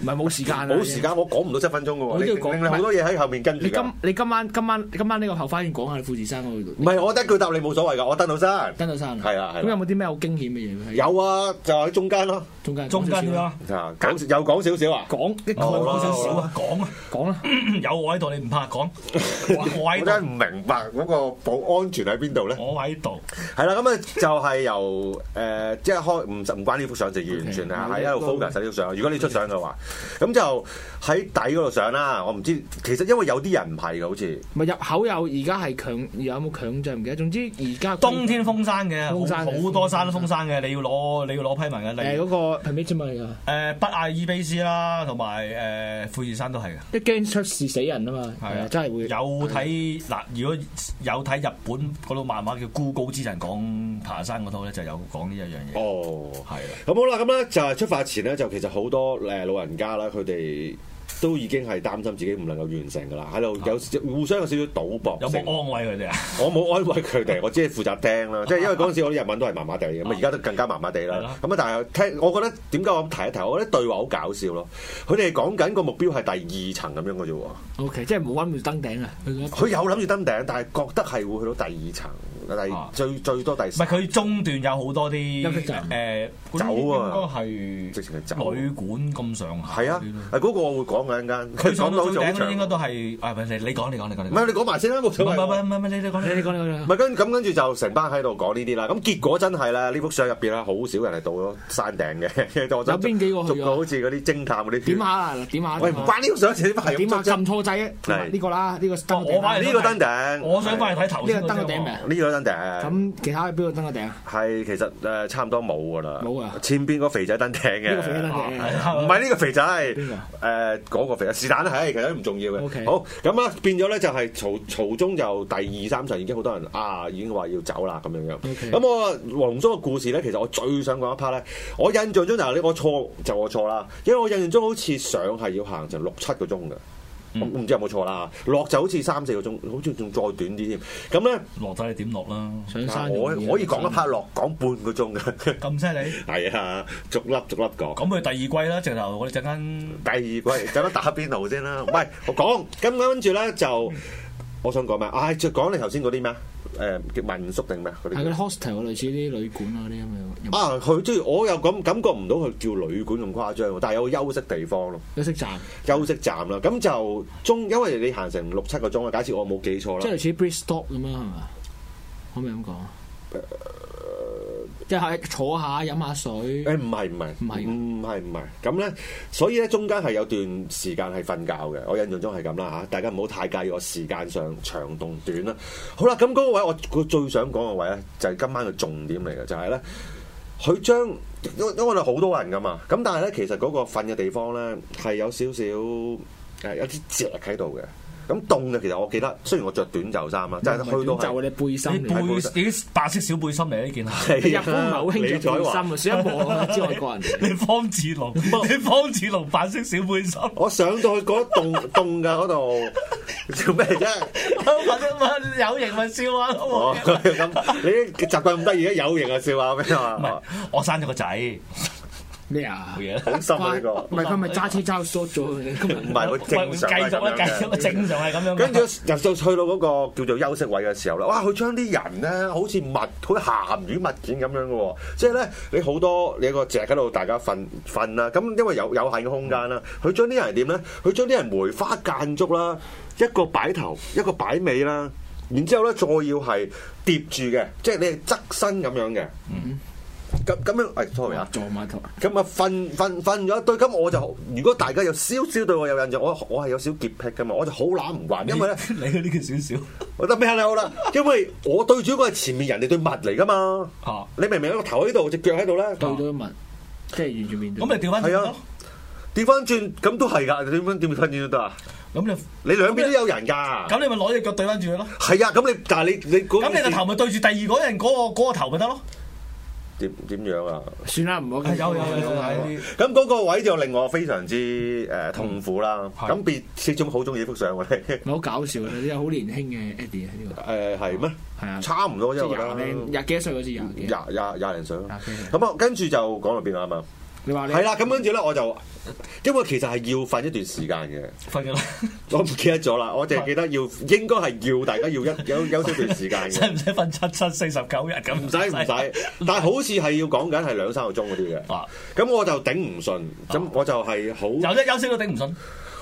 Speaker 5: 唔係冇時間啊，
Speaker 6: 冇時。間，我講唔到七分鐘嘅
Speaker 5: 我
Speaker 6: 喎。
Speaker 5: 都
Speaker 6: 你
Speaker 5: 要講
Speaker 6: 你你好多嘢喺後面跟住
Speaker 5: 你今
Speaker 6: 㗎。
Speaker 5: 你今晚今晚今晚呢個後花園講下你富士山嗰度
Speaker 6: 唔係，我得佢答你冇所謂㗎，我登到山。
Speaker 5: 登到山啊
Speaker 6: 係啊係啊
Speaker 5: 咁有冇啲咩好驚險嘅嘢？
Speaker 6: 有啊，就喺中間咯。
Speaker 5: 中間
Speaker 7: 中間啦，
Speaker 6: 啊，講又講少少啊。
Speaker 5: 講一個
Speaker 6: 好
Speaker 7: 講
Speaker 6: 啦
Speaker 7: 少少啊，講 啊，
Speaker 5: 講啦。
Speaker 7: 有我喺度，你唔怕 講？我我
Speaker 6: 我
Speaker 7: 喺
Speaker 6: 真係
Speaker 7: 度，
Speaker 6: 唔明白嗰個保安全喺邊度
Speaker 5: 嗯
Speaker 6: 咧？
Speaker 7: 我喺度。
Speaker 6: 係啦，咁啊就係由誒，即係開唔唔關呢幅相就完全係
Speaker 5: OK，
Speaker 6: 喺一路 focus 喺呢幅相。如果你出相嘅話，咁就喺底嗰度上啦。我唔知，其實因為有啲人唔係嘅，好似
Speaker 5: 咪入口有，而家係強有冇強制唔記得。總之而家
Speaker 7: 冬天封山嘅，
Speaker 5: 封山嘅
Speaker 7: 好好多山都封山嘅，你要攞你要攞批文嘅。例
Speaker 5: 誒
Speaker 7: 如
Speaker 5: 嗰個係咩啫嘛嚟㗎？
Speaker 7: 誒北亞爾卑斯啦，同埋誒富士山都係嘅。
Speaker 5: 一驚出事死人啊嘛，係
Speaker 7: 係
Speaker 5: 啊，
Speaker 7: 啊，
Speaker 5: 真係會
Speaker 7: 有睇嗱，如果有睇日本嗰套漫畫叫《孤高之人》講爬山嗰套咧，就有講呢一樣嘢。
Speaker 6: 哦，
Speaker 7: 係啊啦，
Speaker 6: 咁好啦，咁咧就係出發前咧，就其實好多誒老人家啦，佢哋都已經係擔心自己唔能夠完成噶啦，喺
Speaker 7: 啊
Speaker 6: 度有互相有少少賭博
Speaker 7: 有冇
Speaker 6: 性。
Speaker 7: 安慰佢哋啊？
Speaker 6: 我冇安慰佢哋，我只係負責聽啦。即係因為嗰陣時我啲日文都係麻麻地嘅，咁啊而家都更加麻麻地
Speaker 7: 啊係
Speaker 6: 啦
Speaker 7: 啦。
Speaker 6: 咁啊，但係聽，我覺得點解我咁提一提？我覺得對話好搞笑咯。佢哋講緊個目標係第二層咁樣嘅啫喎。
Speaker 5: O K，即係冇揾住登 頂啊！佢覺得
Speaker 6: 佢有諗住登頂，但係覺得係會去到第二層，第
Speaker 7: 啊
Speaker 6: 最最多第
Speaker 7: 唔
Speaker 6: 四
Speaker 7: 係。佢中段有好多啲
Speaker 5: 休息站
Speaker 7: 誒
Speaker 6: 酒啊直情係走啊
Speaker 7: 應該係旅館咁上下。
Speaker 6: 係啊，誒嗰個我會講嘅一陣間。
Speaker 7: 嗯佢上
Speaker 6: 講到
Speaker 7: 到
Speaker 6: 好似
Speaker 7: 最
Speaker 6: 好
Speaker 7: 頂咧，
Speaker 6: 長。
Speaker 7: 應該都係啊！唔係你你講你講你講你
Speaker 6: 唔
Speaker 7: 講。
Speaker 6: 係你講埋先啦，冇
Speaker 7: 唔
Speaker 6: 所
Speaker 7: 係
Speaker 6: 謂。
Speaker 7: 唔係唔係唔係你你講
Speaker 5: 你
Speaker 7: 你
Speaker 5: 你講你講
Speaker 6: 唔係跟咁跟住就成班喺度講呢啲啦，咁結果真係啦，呢幅相入邊咧，好少人係到咗山頂嘅。 我
Speaker 5: 有邊幾個去啊
Speaker 6: 逐個好似嗰啲偵探嗰啲。
Speaker 5: 點下？啊？點下？
Speaker 6: 喂，唔關呢幅相事，係
Speaker 5: 點
Speaker 6: 咁
Speaker 5: 下
Speaker 6: 捉啫
Speaker 5: 撳錯掣啊點下！
Speaker 6: 係
Speaker 5: 呢個啦，呢個登
Speaker 7: 我
Speaker 5: 頂
Speaker 7: 反而
Speaker 6: 呢個登頂，
Speaker 7: 我想翻去睇頭
Speaker 5: 呢
Speaker 7: 先
Speaker 5: 個
Speaker 7: 嗰
Speaker 5: 登個
Speaker 7: 張
Speaker 5: 頂啊
Speaker 7: 喎
Speaker 5: 未？
Speaker 6: 呢個登頂。
Speaker 5: 咁其他邊個登個頂啊？
Speaker 6: 係其實誒差唔多冇噶啦，
Speaker 5: 冇啊
Speaker 6: 前邊個肥仔登頂嘅，
Speaker 5: 呢個肥仔登頂
Speaker 7: 係
Speaker 6: 唔
Speaker 7: 啊
Speaker 6: 係呢個肥仔，
Speaker 5: 個
Speaker 6: 誒嗰個肥仔是但啦，係其實都唔重要
Speaker 5: OK
Speaker 6: 嘅。好咁啊，變咗咧就係曹曹中就第二三場已經好多人啊，已經話要走啦咁樣樣。
Speaker 5: OK
Speaker 6: 咁我黃忠嘅故事咧，其實我最想講一 part 咧，我印象中嗱，你我錯就我錯啦，因為我印象中好似上係要行成六七個鐘嘅。我
Speaker 5: 嗯
Speaker 6: 唔知有冇錯啦。落就好似三四個鐘，好似仲再短啲添。咁咧，
Speaker 7: 落仔你點落啦？
Speaker 5: 上山
Speaker 6: 我
Speaker 5: 容易
Speaker 6: 可以講一 part 落，講半個鐘嘅。
Speaker 7: 咁犀利，
Speaker 6: 係啊，逐粒逐粒講。
Speaker 7: 咁佢第二季啦，直頭我哋陣間
Speaker 6: 第二季就咁打邊爐 先啦。唔係，我講咁跟住咧就，我想講咩？唉、就講你頭先嗰啲咩？誒、叫民宿定咩？嗰
Speaker 5: 係嗰
Speaker 6: 啲
Speaker 5: 啲 hostel 啊類似啲旅館啊嗰啲咁樣，
Speaker 6: 啊，佢即係我又咁感覺唔到佢叫旅館咁誇張喎，但係有個休息地方咯，
Speaker 5: 休息站，
Speaker 6: 休息站啦。咁就中，因為你行成六七個鐘啦。假設我冇記錯
Speaker 5: 即係
Speaker 6: 啦，
Speaker 5: 類似 bridge stop 咁樣係嘛？可唔可以咁講？
Speaker 7: 呃
Speaker 5: 即係坐下飲下水，
Speaker 6: 誒唔係唔啊係
Speaker 5: 唔係㗎
Speaker 6: 唔係唔係咁咧，所以咧中間係有段時間係瞓覺嘅，我印象中係咁啦嚇，大家唔好太介意我時間上長同短啦。好啦，咁嗰個位我我最想講嘅位咧，就係、今晚嘅重點嚟嘅，就係、呢。咧。佢將因為因為我哋好多人噶嘛，咁但係咧，其實嗰個瞓嘅地方咧係有少少誒有啲石喺度嘅，咁凍嘅其實我記得，雖然我着短袖衫啦，但係去到
Speaker 5: 就
Speaker 6: 係
Speaker 5: 你背心
Speaker 7: 你
Speaker 5: 嚟
Speaker 7: 背
Speaker 5: 嘅。
Speaker 7: 已經白色小背心嚟呢 件係。
Speaker 5: 日本
Speaker 6: 啊
Speaker 5: 唔係好興着背心啊，所以一望我就知外國人嚟。
Speaker 7: 你方志 龍，你方志龍白色小背心，
Speaker 6: 我上到去嗰 一棟凍㗎嗰度做咩 啫？
Speaker 7: 或者咪有型咪笑啊！
Speaker 6: 哦， 咁你啲習慣咁得意嘅有型啊笑話咩
Speaker 7: 唔
Speaker 6: 啊
Speaker 7: 係？，我生咗個仔，冇
Speaker 5: 咩啊？
Speaker 7: 嘢啦。
Speaker 6: 好深啊呢個，
Speaker 5: 唔係佢咪揸車揸 short 咗佢今
Speaker 6: 唔啊
Speaker 5: 日。
Speaker 6: 係佢正常
Speaker 7: 繼
Speaker 6: 係
Speaker 7: 續
Speaker 6: 咁樣
Speaker 7: 啦，繼續啦，
Speaker 6: 嘅。
Speaker 7: 正常係咁樣嘅。
Speaker 6: 跟住又就去到嗰個叫做休息位嘅時候啦，哇！佢將啲人咧好似物好似鹹魚物件咁樣嘅喎，即係咧你好多你有個席喺度，大家瞓瞓啦。咁因為有有限嘅空間啦，佢將啲人係點咧？佢將啲人梅花間竹啦，一個擺頭，一個擺尾啦，然之後咧再要係疊住嘅，即係你係側身咁樣嘅。咁咁樣，誒、sorry 啊。
Speaker 5: 坐埋頭，
Speaker 6: 咁啊瞓瞓瞓咗一堆，咁我就如果大家有少少對我有印象，我我係有少潔癖噶嘛，我就好攬唔慣，因為咧
Speaker 7: 你嗰呢叫少少
Speaker 6: 我覺得咩啦好啦，因為我對住嗰個係前面人哋對物嚟噶嘛，
Speaker 7: 啊，
Speaker 6: 你明唔明啊？個頭喺度，只腳喺度咧，
Speaker 5: 對咗一問，即係完全面對。
Speaker 7: 咁咪調翻轉
Speaker 6: 係啊
Speaker 7: 咯。，
Speaker 6: 調翻轉咁都係㗎，點樣點分轉都得啊？
Speaker 7: 咁你
Speaker 6: 你兩邊都有人㗎，
Speaker 7: 咁你咪攞只腳對翻住佢咯。
Speaker 6: 係啊，咁你但係你你嗰
Speaker 7: 咁你個頭咪對住第二嗰人嗰個嗰個頭咪得咯。
Speaker 6: 點點樣啊？
Speaker 5: 算啦，唔好繼續
Speaker 7: 有有有有
Speaker 5: 講啦
Speaker 6: 咁嗰個位就令我非常之誒、呃痛苦啦。咁別始終好中意呢幅相我哋
Speaker 5: 唔係好搞笑嘅，呢個好年輕嘅 Eddie 啊喺呢個，
Speaker 6: 誒係咩？
Speaker 5: 係啊，
Speaker 6: 差唔多
Speaker 5: 即
Speaker 6: 啫，我覺
Speaker 5: 係
Speaker 6: 得
Speaker 5: 廿零廿幾多歲好似廿幾。
Speaker 6: 廿廿廿零歲咯
Speaker 5: 廿幾歲。
Speaker 6: 咁啊，跟住就講到邊啊嘛？
Speaker 5: 你話你
Speaker 6: 係啦，咁跟住咧我就，因為其實係要瞓一段時間嘅。
Speaker 7: 瞓㗎啦，
Speaker 6: 我唔記得咗啦，我淨係記得要應該係要大家要一有 休息段時間
Speaker 7: 使
Speaker 6: 嘅，
Speaker 7: 唔使瞓七七四十九日咁？
Speaker 6: 唔使唔使，但係好似係要講緊係兩三個鐘嗰啲嘅。
Speaker 7: 啊！
Speaker 6: 咁我就頂唔順，咁我就係好，
Speaker 7: 哦有得休息都頂唔順，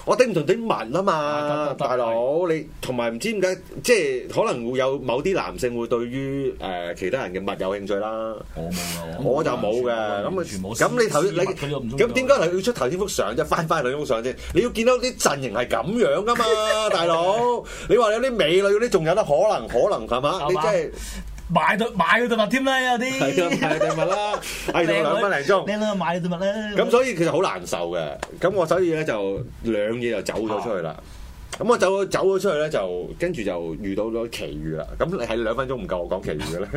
Speaker 6: 我頂唔順頂紋啊
Speaker 7: 啊
Speaker 6: 嘛
Speaker 7: 得得，得
Speaker 6: 大佬你同埋唔知點解，即係可能會有某啲男性會對於誒其他人嘅物有興趣啦。
Speaker 7: 我冇啊，
Speaker 6: 我就冇嘅，
Speaker 7: 完全
Speaker 6: 咁
Speaker 7: 冇
Speaker 6: 啊，咁你頭
Speaker 7: 絲襪嗰啲我唔
Speaker 6: 你
Speaker 7: 中
Speaker 6: 咁
Speaker 7: 意
Speaker 6: 點解你要出頭先幅相啫？翻翻去嗰幅相先，你要見到啲陣型係咁樣 噶嘛，大佬。你話有啲美女嗰啲仲有得可能，可能係嘛？
Speaker 7: 係
Speaker 6: 你
Speaker 7: 嘛
Speaker 6: 真係
Speaker 7: 買對買佢對襪添啦，有
Speaker 6: 係
Speaker 7: 啲
Speaker 6: 啊， 係定物啦， 係仲有兩分零鐘。
Speaker 7: 靚女買對襪咧。
Speaker 6: 咁所以其實好難受嘅。咁我所以咧就兩嘢就走咗出去啦。咁我走走咗出去咧，就跟住就遇到咗奇遇啦。咁你係兩分鐘唔夠我講奇遇嘅咧？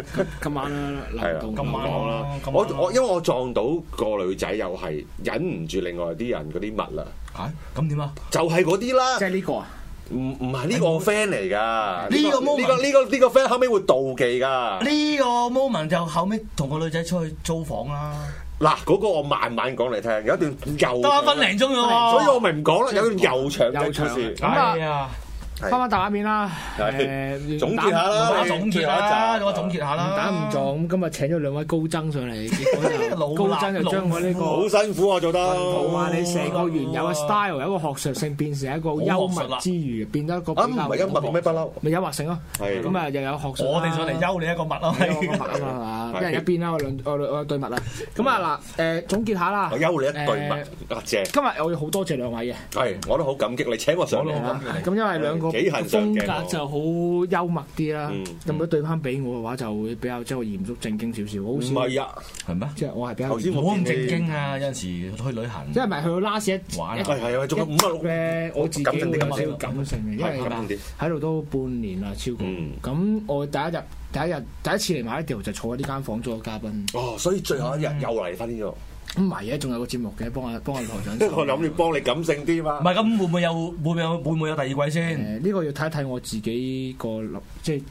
Speaker 5: 今晚啊啦，
Speaker 6: 係啦
Speaker 5: 流動
Speaker 7: 啊今晚
Speaker 6: 講
Speaker 7: 啦
Speaker 6: 啦，
Speaker 7: 今
Speaker 6: 我
Speaker 7: 晚啦
Speaker 6: 我因為我撞到個女仔又係忍唔住另外啲人嗰啲物啦，
Speaker 7: 嚇咁點啊？
Speaker 6: 就係嗰啲啦
Speaker 5: 即，係呢個啊，
Speaker 6: 唔唔係呢個 friend 嚟噶，
Speaker 7: 呢個
Speaker 6: 呢
Speaker 7: moment
Speaker 6: 個呢個呢個 friend 後尾會妒忌噶。
Speaker 7: 呢個 ờ, moment 就後尾同個女仔出去租房啦，
Speaker 6: 嗱，嗰個我慢慢講嚟聽，有一段又
Speaker 7: 得一分零鐘嘅喎。
Speaker 6: 所以我咪唔講啦，有一段又長嘅
Speaker 5: 又長
Speaker 6: 故事。
Speaker 5: 咁啊
Speaker 7: 係啊，
Speaker 6: 係
Speaker 5: 翻翻大畫面啦，
Speaker 6: 係
Speaker 5: 誒
Speaker 6: 總結下啦
Speaker 7: 我
Speaker 6: 你
Speaker 7: 總結
Speaker 6: 最後
Speaker 7: 啦，
Speaker 6: 一集
Speaker 7: 我總結下啦。
Speaker 5: 打唔撞，咁今日請咗兩位高僧 上嚟，結果就
Speaker 7: 老
Speaker 5: 高僧就將我呢個
Speaker 6: 好辛苦啊，做得。
Speaker 5: 冇哦啊！你成個原有嘅
Speaker 7: 啊
Speaker 5: style 由一個學術性變成一個幽默之餘，變咗一個
Speaker 6: 啊，
Speaker 5: 比
Speaker 6: 唔
Speaker 5: 較
Speaker 6: 係音樂冇咩不嬲。
Speaker 5: 咪幽默性咯。
Speaker 6: 係
Speaker 5: 咁啊，又有學術啦
Speaker 7: 我哋上嚟休你一個物咯，
Speaker 5: 有個默啊嘛，係嘛一人一邊啦，我兩我我對物啦。咁啊嗱，誒總結下啦。
Speaker 6: 我休你一對
Speaker 5: 啊誒
Speaker 6: 物，阿謝，
Speaker 5: 今日我要好多謝兩位嘅，
Speaker 6: 係我都好感激你請我上嚟
Speaker 7: 我都好
Speaker 6: 啊
Speaker 7: 感。
Speaker 5: 咁因為兩個
Speaker 6: 幾恨上
Speaker 5: 風
Speaker 6: 鏡
Speaker 5: 格就好幽默啲啦
Speaker 6: 嗯。
Speaker 5: 咁如果對翻俾我嘅話，就會比較即係嚴肅正經少少，好
Speaker 6: 唔
Speaker 5: 少
Speaker 6: 係啊，
Speaker 7: 係咩？
Speaker 5: 即係我係比較
Speaker 6: 頭先
Speaker 7: 唔好
Speaker 6: 我
Speaker 7: 咁
Speaker 6: 見
Speaker 7: 正
Speaker 6: 你。
Speaker 7: 經啊！有陣時去旅行，
Speaker 5: 即係咪去到 last 一
Speaker 7: 玩啊
Speaker 5: 嗯一
Speaker 6: 係係啊，仲有五啊六。
Speaker 5: 咧，我自己會有少少感性嘅，因為
Speaker 6: 係感性啲
Speaker 5: 喺度都半年啦，超過。
Speaker 6: 嗯
Speaker 5: 咁我第一日第一日第一次嚟馬拉條就坐喺呢間房做個嘉賓，
Speaker 6: 哦，所以最後一日又嚟翻呢度，
Speaker 5: 唔係啊，仲有個節目嘅，幫阿幫阿台長手。
Speaker 6: 我諗住幫你感性啲嘛
Speaker 7: 唔。係咁會唔會有會唔會有會唔會有第二季
Speaker 5: 誒
Speaker 7: 先？
Speaker 5: 呃呢個要睇一睇我自己個諗即係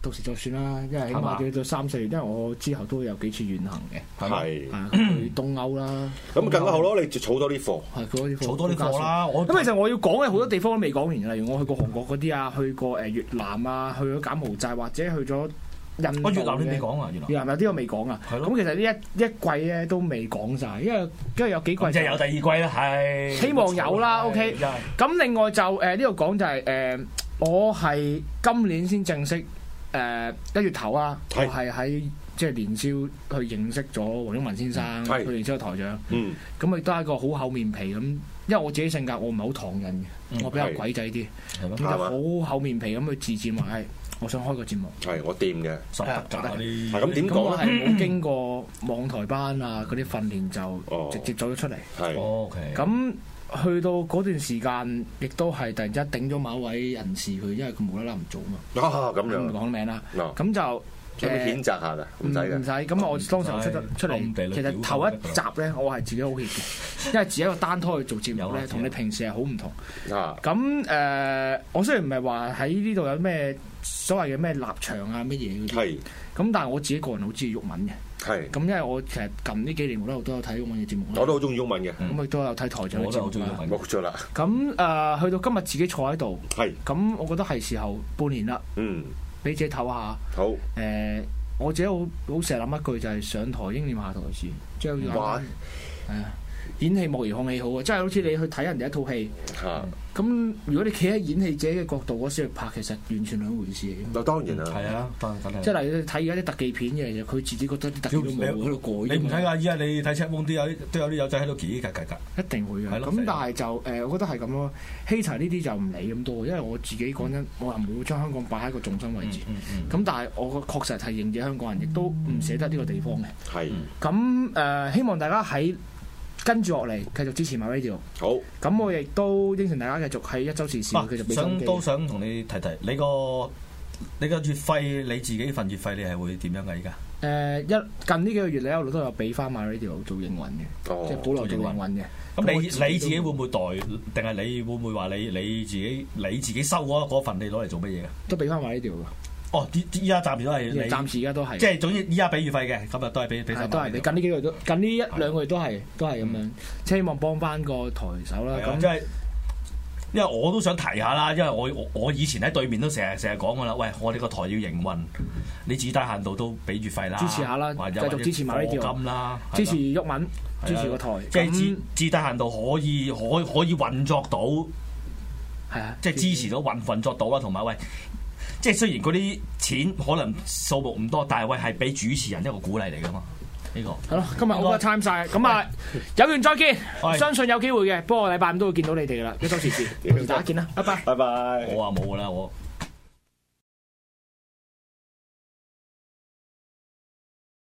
Speaker 5: 到時再算啦。因為起
Speaker 7: 係嘛
Speaker 5: 碼要到三四月，因為我之後都會有幾次遠行嘅，
Speaker 6: 係
Speaker 5: 係
Speaker 7: 嗯
Speaker 5: 啊去東歐啦。
Speaker 6: 咁更加好咯，你就儲多啲貨。
Speaker 5: 係佢可以
Speaker 7: 儲多啲貨啦我
Speaker 5: 咁其實我要講嘅好多地方都未講完，例如我去過韓國嗰啲啊，去過誒越南啊，去咗柬埔寨或者去咗印度嘅。
Speaker 7: 我越南你未講啊，越南
Speaker 5: 越南有啲我未講啊。
Speaker 7: 係咯
Speaker 5: 咁其實呢一一季咧都未講晒，因為因為有幾季
Speaker 7: 咁即係
Speaker 5: 就
Speaker 7: 有第二季啦，係
Speaker 5: 希望有啦
Speaker 7: 唉
Speaker 5: OK
Speaker 7: 真係
Speaker 5: 咁另外就誒呢度講就係、呃我係今年先正式誒一、月頭啊，我
Speaker 6: 係
Speaker 5: 係喺即係年宵去認識咗黃英文先生，
Speaker 6: 係
Speaker 5: 佢年宵台長，
Speaker 6: 嗯，
Speaker 5: 咁亦都係一個好厚面皮咁，因為我自己性格我唔係好唐人嘅，我比較
Speaker 6: 嗯係
Speaker 5: 鬼仔啲，
Speaker 7: 係
Speaker 5: 咁
Speaker 7: 咯
Speaker 5: 就
Speaker 6: 係
Speaker 5: 好厚面皮咁去自薦話，誒哎我想開個節目。
Speaker 6: 係我掂嘅。
Speaker 7: 哎實得㗎啲
Speaker 5: 嗯
Speaker 6: 係咁點
Speaker 5: 咁我係
Speaker 6: 講
Speaker 5: 啊
Speaker 6: 咧？
Speaker 5: 冇經過網台班啊嗰啲訓練就
Speaker 6: 哦
Speaker 5: 直接走咗出嚟。
Speaker 6: 係
Speaker 7: O K，
Speaker 5: 咁去到嗰段時間，亦都係突然之間頂咗某一位人士佢，因為佢無啦啦唔做嘛，
Speaker 6: 啊咁
Speaker 5: 唔
Speaker 6: 樣，
Speaker 5: 講名啦。
Speaker 6: 嗱，
Speaker 5: 咁就
Speaker 6: 有冇譴
Speaker 5: 誒
Speaker 6: 責下㗎？唔
Speaker 5: 唔
Speaker 6: 使
Speaker 5: 唔
Speaker 6: 嘅
Speaker 5: 使。咁我當時出
Speaker 7: 唔
Speaker 5: 得
Speaker 7: 使
Speaker 5: 出
Speaker 7: 暗地
Speaker 5: 嚟，
Speaker 7: 裏
Speaker 5: 其
Speaker 7: 屌
Speaker 5: 實
Speaker 7: 佢
Speaker 5: 頭一集咧，我係自己好怯 嘅，因為自己一個單拖去做節
Speaker 7: 有
Speaker 5: 目
Speaker 7: 啊有
Speaker 5: 咧，
Speaker 7: 啊
Speaker 5: 同你平時係好唔同。
Speaker 6: 啊，
Speaker 5: 咁誒，我雖然唔係話喺呢度有咩所謂嘅咩立場啊乜嘢嗰啲，
Speaker 6: 係
Speaker 5: 咁但係我自己個人好中意鬱文嘅。
Speaker 6: 係，
Speaker 5: 咁因為我其實近呢幾年我都有都有睇我嘅節目
Speaker 6: 我
Speaker 5: 啦，
Speaker 6: 都好中意中文嘅，
Speaker 5: 咁亦都有睇台長嘅
Speaker 7: 我都好
Speaker 5: 節
Speaker 7: 中意
Speaker 5: 目啦。啊
Speaker 7: 揾
Speaker 6: 冇錯啦。
Speaker 5: 咁誒、呃去到今日自己坐喺度，
Speaker 6: 係，
Speaker 5: 咁我覺得係時候半年啦，
Speaker 6: 嗯，
Speaker 5: 俾自己唞下。
Speaker 6: 好。
Speaker 5: 誒、我自己好好成日諗一句就係上台應念下台詞，即係好似係啊，演戲無疑看戲好啊，即係好似你去睇人哋一套戲，
Speaker 6: 嚇，
Speaker 5: 嗯咁如果你企喺演戲者嘅角度嗰時去拍，其實完全兩回事嚟嘅。
Speaker 6: 嗱當然啦，
Speaker 7: 係啊，當然梗係
Speaker 5: 嗯即係例如你睇而家啲特技片嘅，其實佢自己覺得啲特技都冇喺度過。
Speaker 7: 你唔睇啊㗎，依家你睇 check 都有都有啲友仔喺度叽叽格格。
Speaker 5: 一定會嘅。
Speaker 7: 係咯
Speaker 5: 咁
Speaker 7: 係
Speaker 5: 但係就誒、我覺得係咁咯。希柴呢啲就唔理咁多，因為我自己講真，我係唔會將香港擺喺一個重心位置。嗯咁、
Speaker 7: 嗯
Speaker 5: 但係我個確實係認住香港人，亦都唔捨得呢個地方嘅。
Speaker 6: 係
Speaker 5: 咁誒、呃希望大家喺跟住落嚟繼續支持 MyRadio。
Speaker 6: 好。
Speaker 5: 咁我亦都應承大家繼續喺一週時事
Speaker 7: 嗱
Speaker 5: 會繼續俾心
Speaker 7: 啊想
Speaker 5: 機。
Speaker 7: 都想同你提提，你個你個月費你自己份月費你係會點樣㗎？依家
Speaker 5: 誒、呃一近呢幾個月咧，我都有俾翻 MyRadio 做營運嘅，
Speaker 6: 哦
Speaker 5: 即係保留做
Speaker 7: 做
Speaker 5: 營
Speaker 7: 營運
Speaker 5: 運嘅。
Speaker 7: 咁你
Speaker 5: 我
Speaker 7: 你自己會唔會代？定係你會唔會話你你自己你自己收嗰嗰份你攞嚟做乜嘢㗎？
Speaker 5: 都俾翻 MyRadio 㗎？
Speaker 7: 哦，依依家暫時都係你，
Speaker 5: 暫時而家都係
Speaker 7: 即。係總之依家俾月費嘅，咁啊都係俾俾
Speaker 5: 係
Speaker 7: 曬。
Speaker 5: 都係你近呢幾個月都近呢一兩個月都係都係咁樣，即係希望幫翻個台手啦。
Speaker 7: 嗯係啊，即
Speaker 5: 咁
Speaker 7: 係。因為我都想提下啦，因為我我我以前喺對面都成日成日講噶啦，喂，我哋個台要營運，你至低限度都俾月費啦，
Speaker 5: 支持下啦
Speaker 7: 或者
Speaker 5: 繼續支持埋呢條
Speaker 7: 課金啦，係啦
Speaker 5: 支持毓民，支持個台，
Speaker 7: 即係
Speaker 5: 咁
Speaker 7: 至至低限度可以可可以運作到，
Speaker 5: 係啊，
Speaker 7: 即係支持到運運作到啦，同埋喂，即係雖然嗰啲錢可能數目唔多，但係喂係俾主持人一個鼓勵嚟噶嘛，呢、個。
Speaker 5: 係咯。今日好多 time 晒，咁啊有緣再見，
Speaker 7: 喂
Speaker 5: 相信有機會嘅。不過禮拜五都會見到你哋噶啦，一周時事，大家見啦，拜拜。
Speaker 6: 拜拜。
Speaker 7: 我話冇㗎啦，我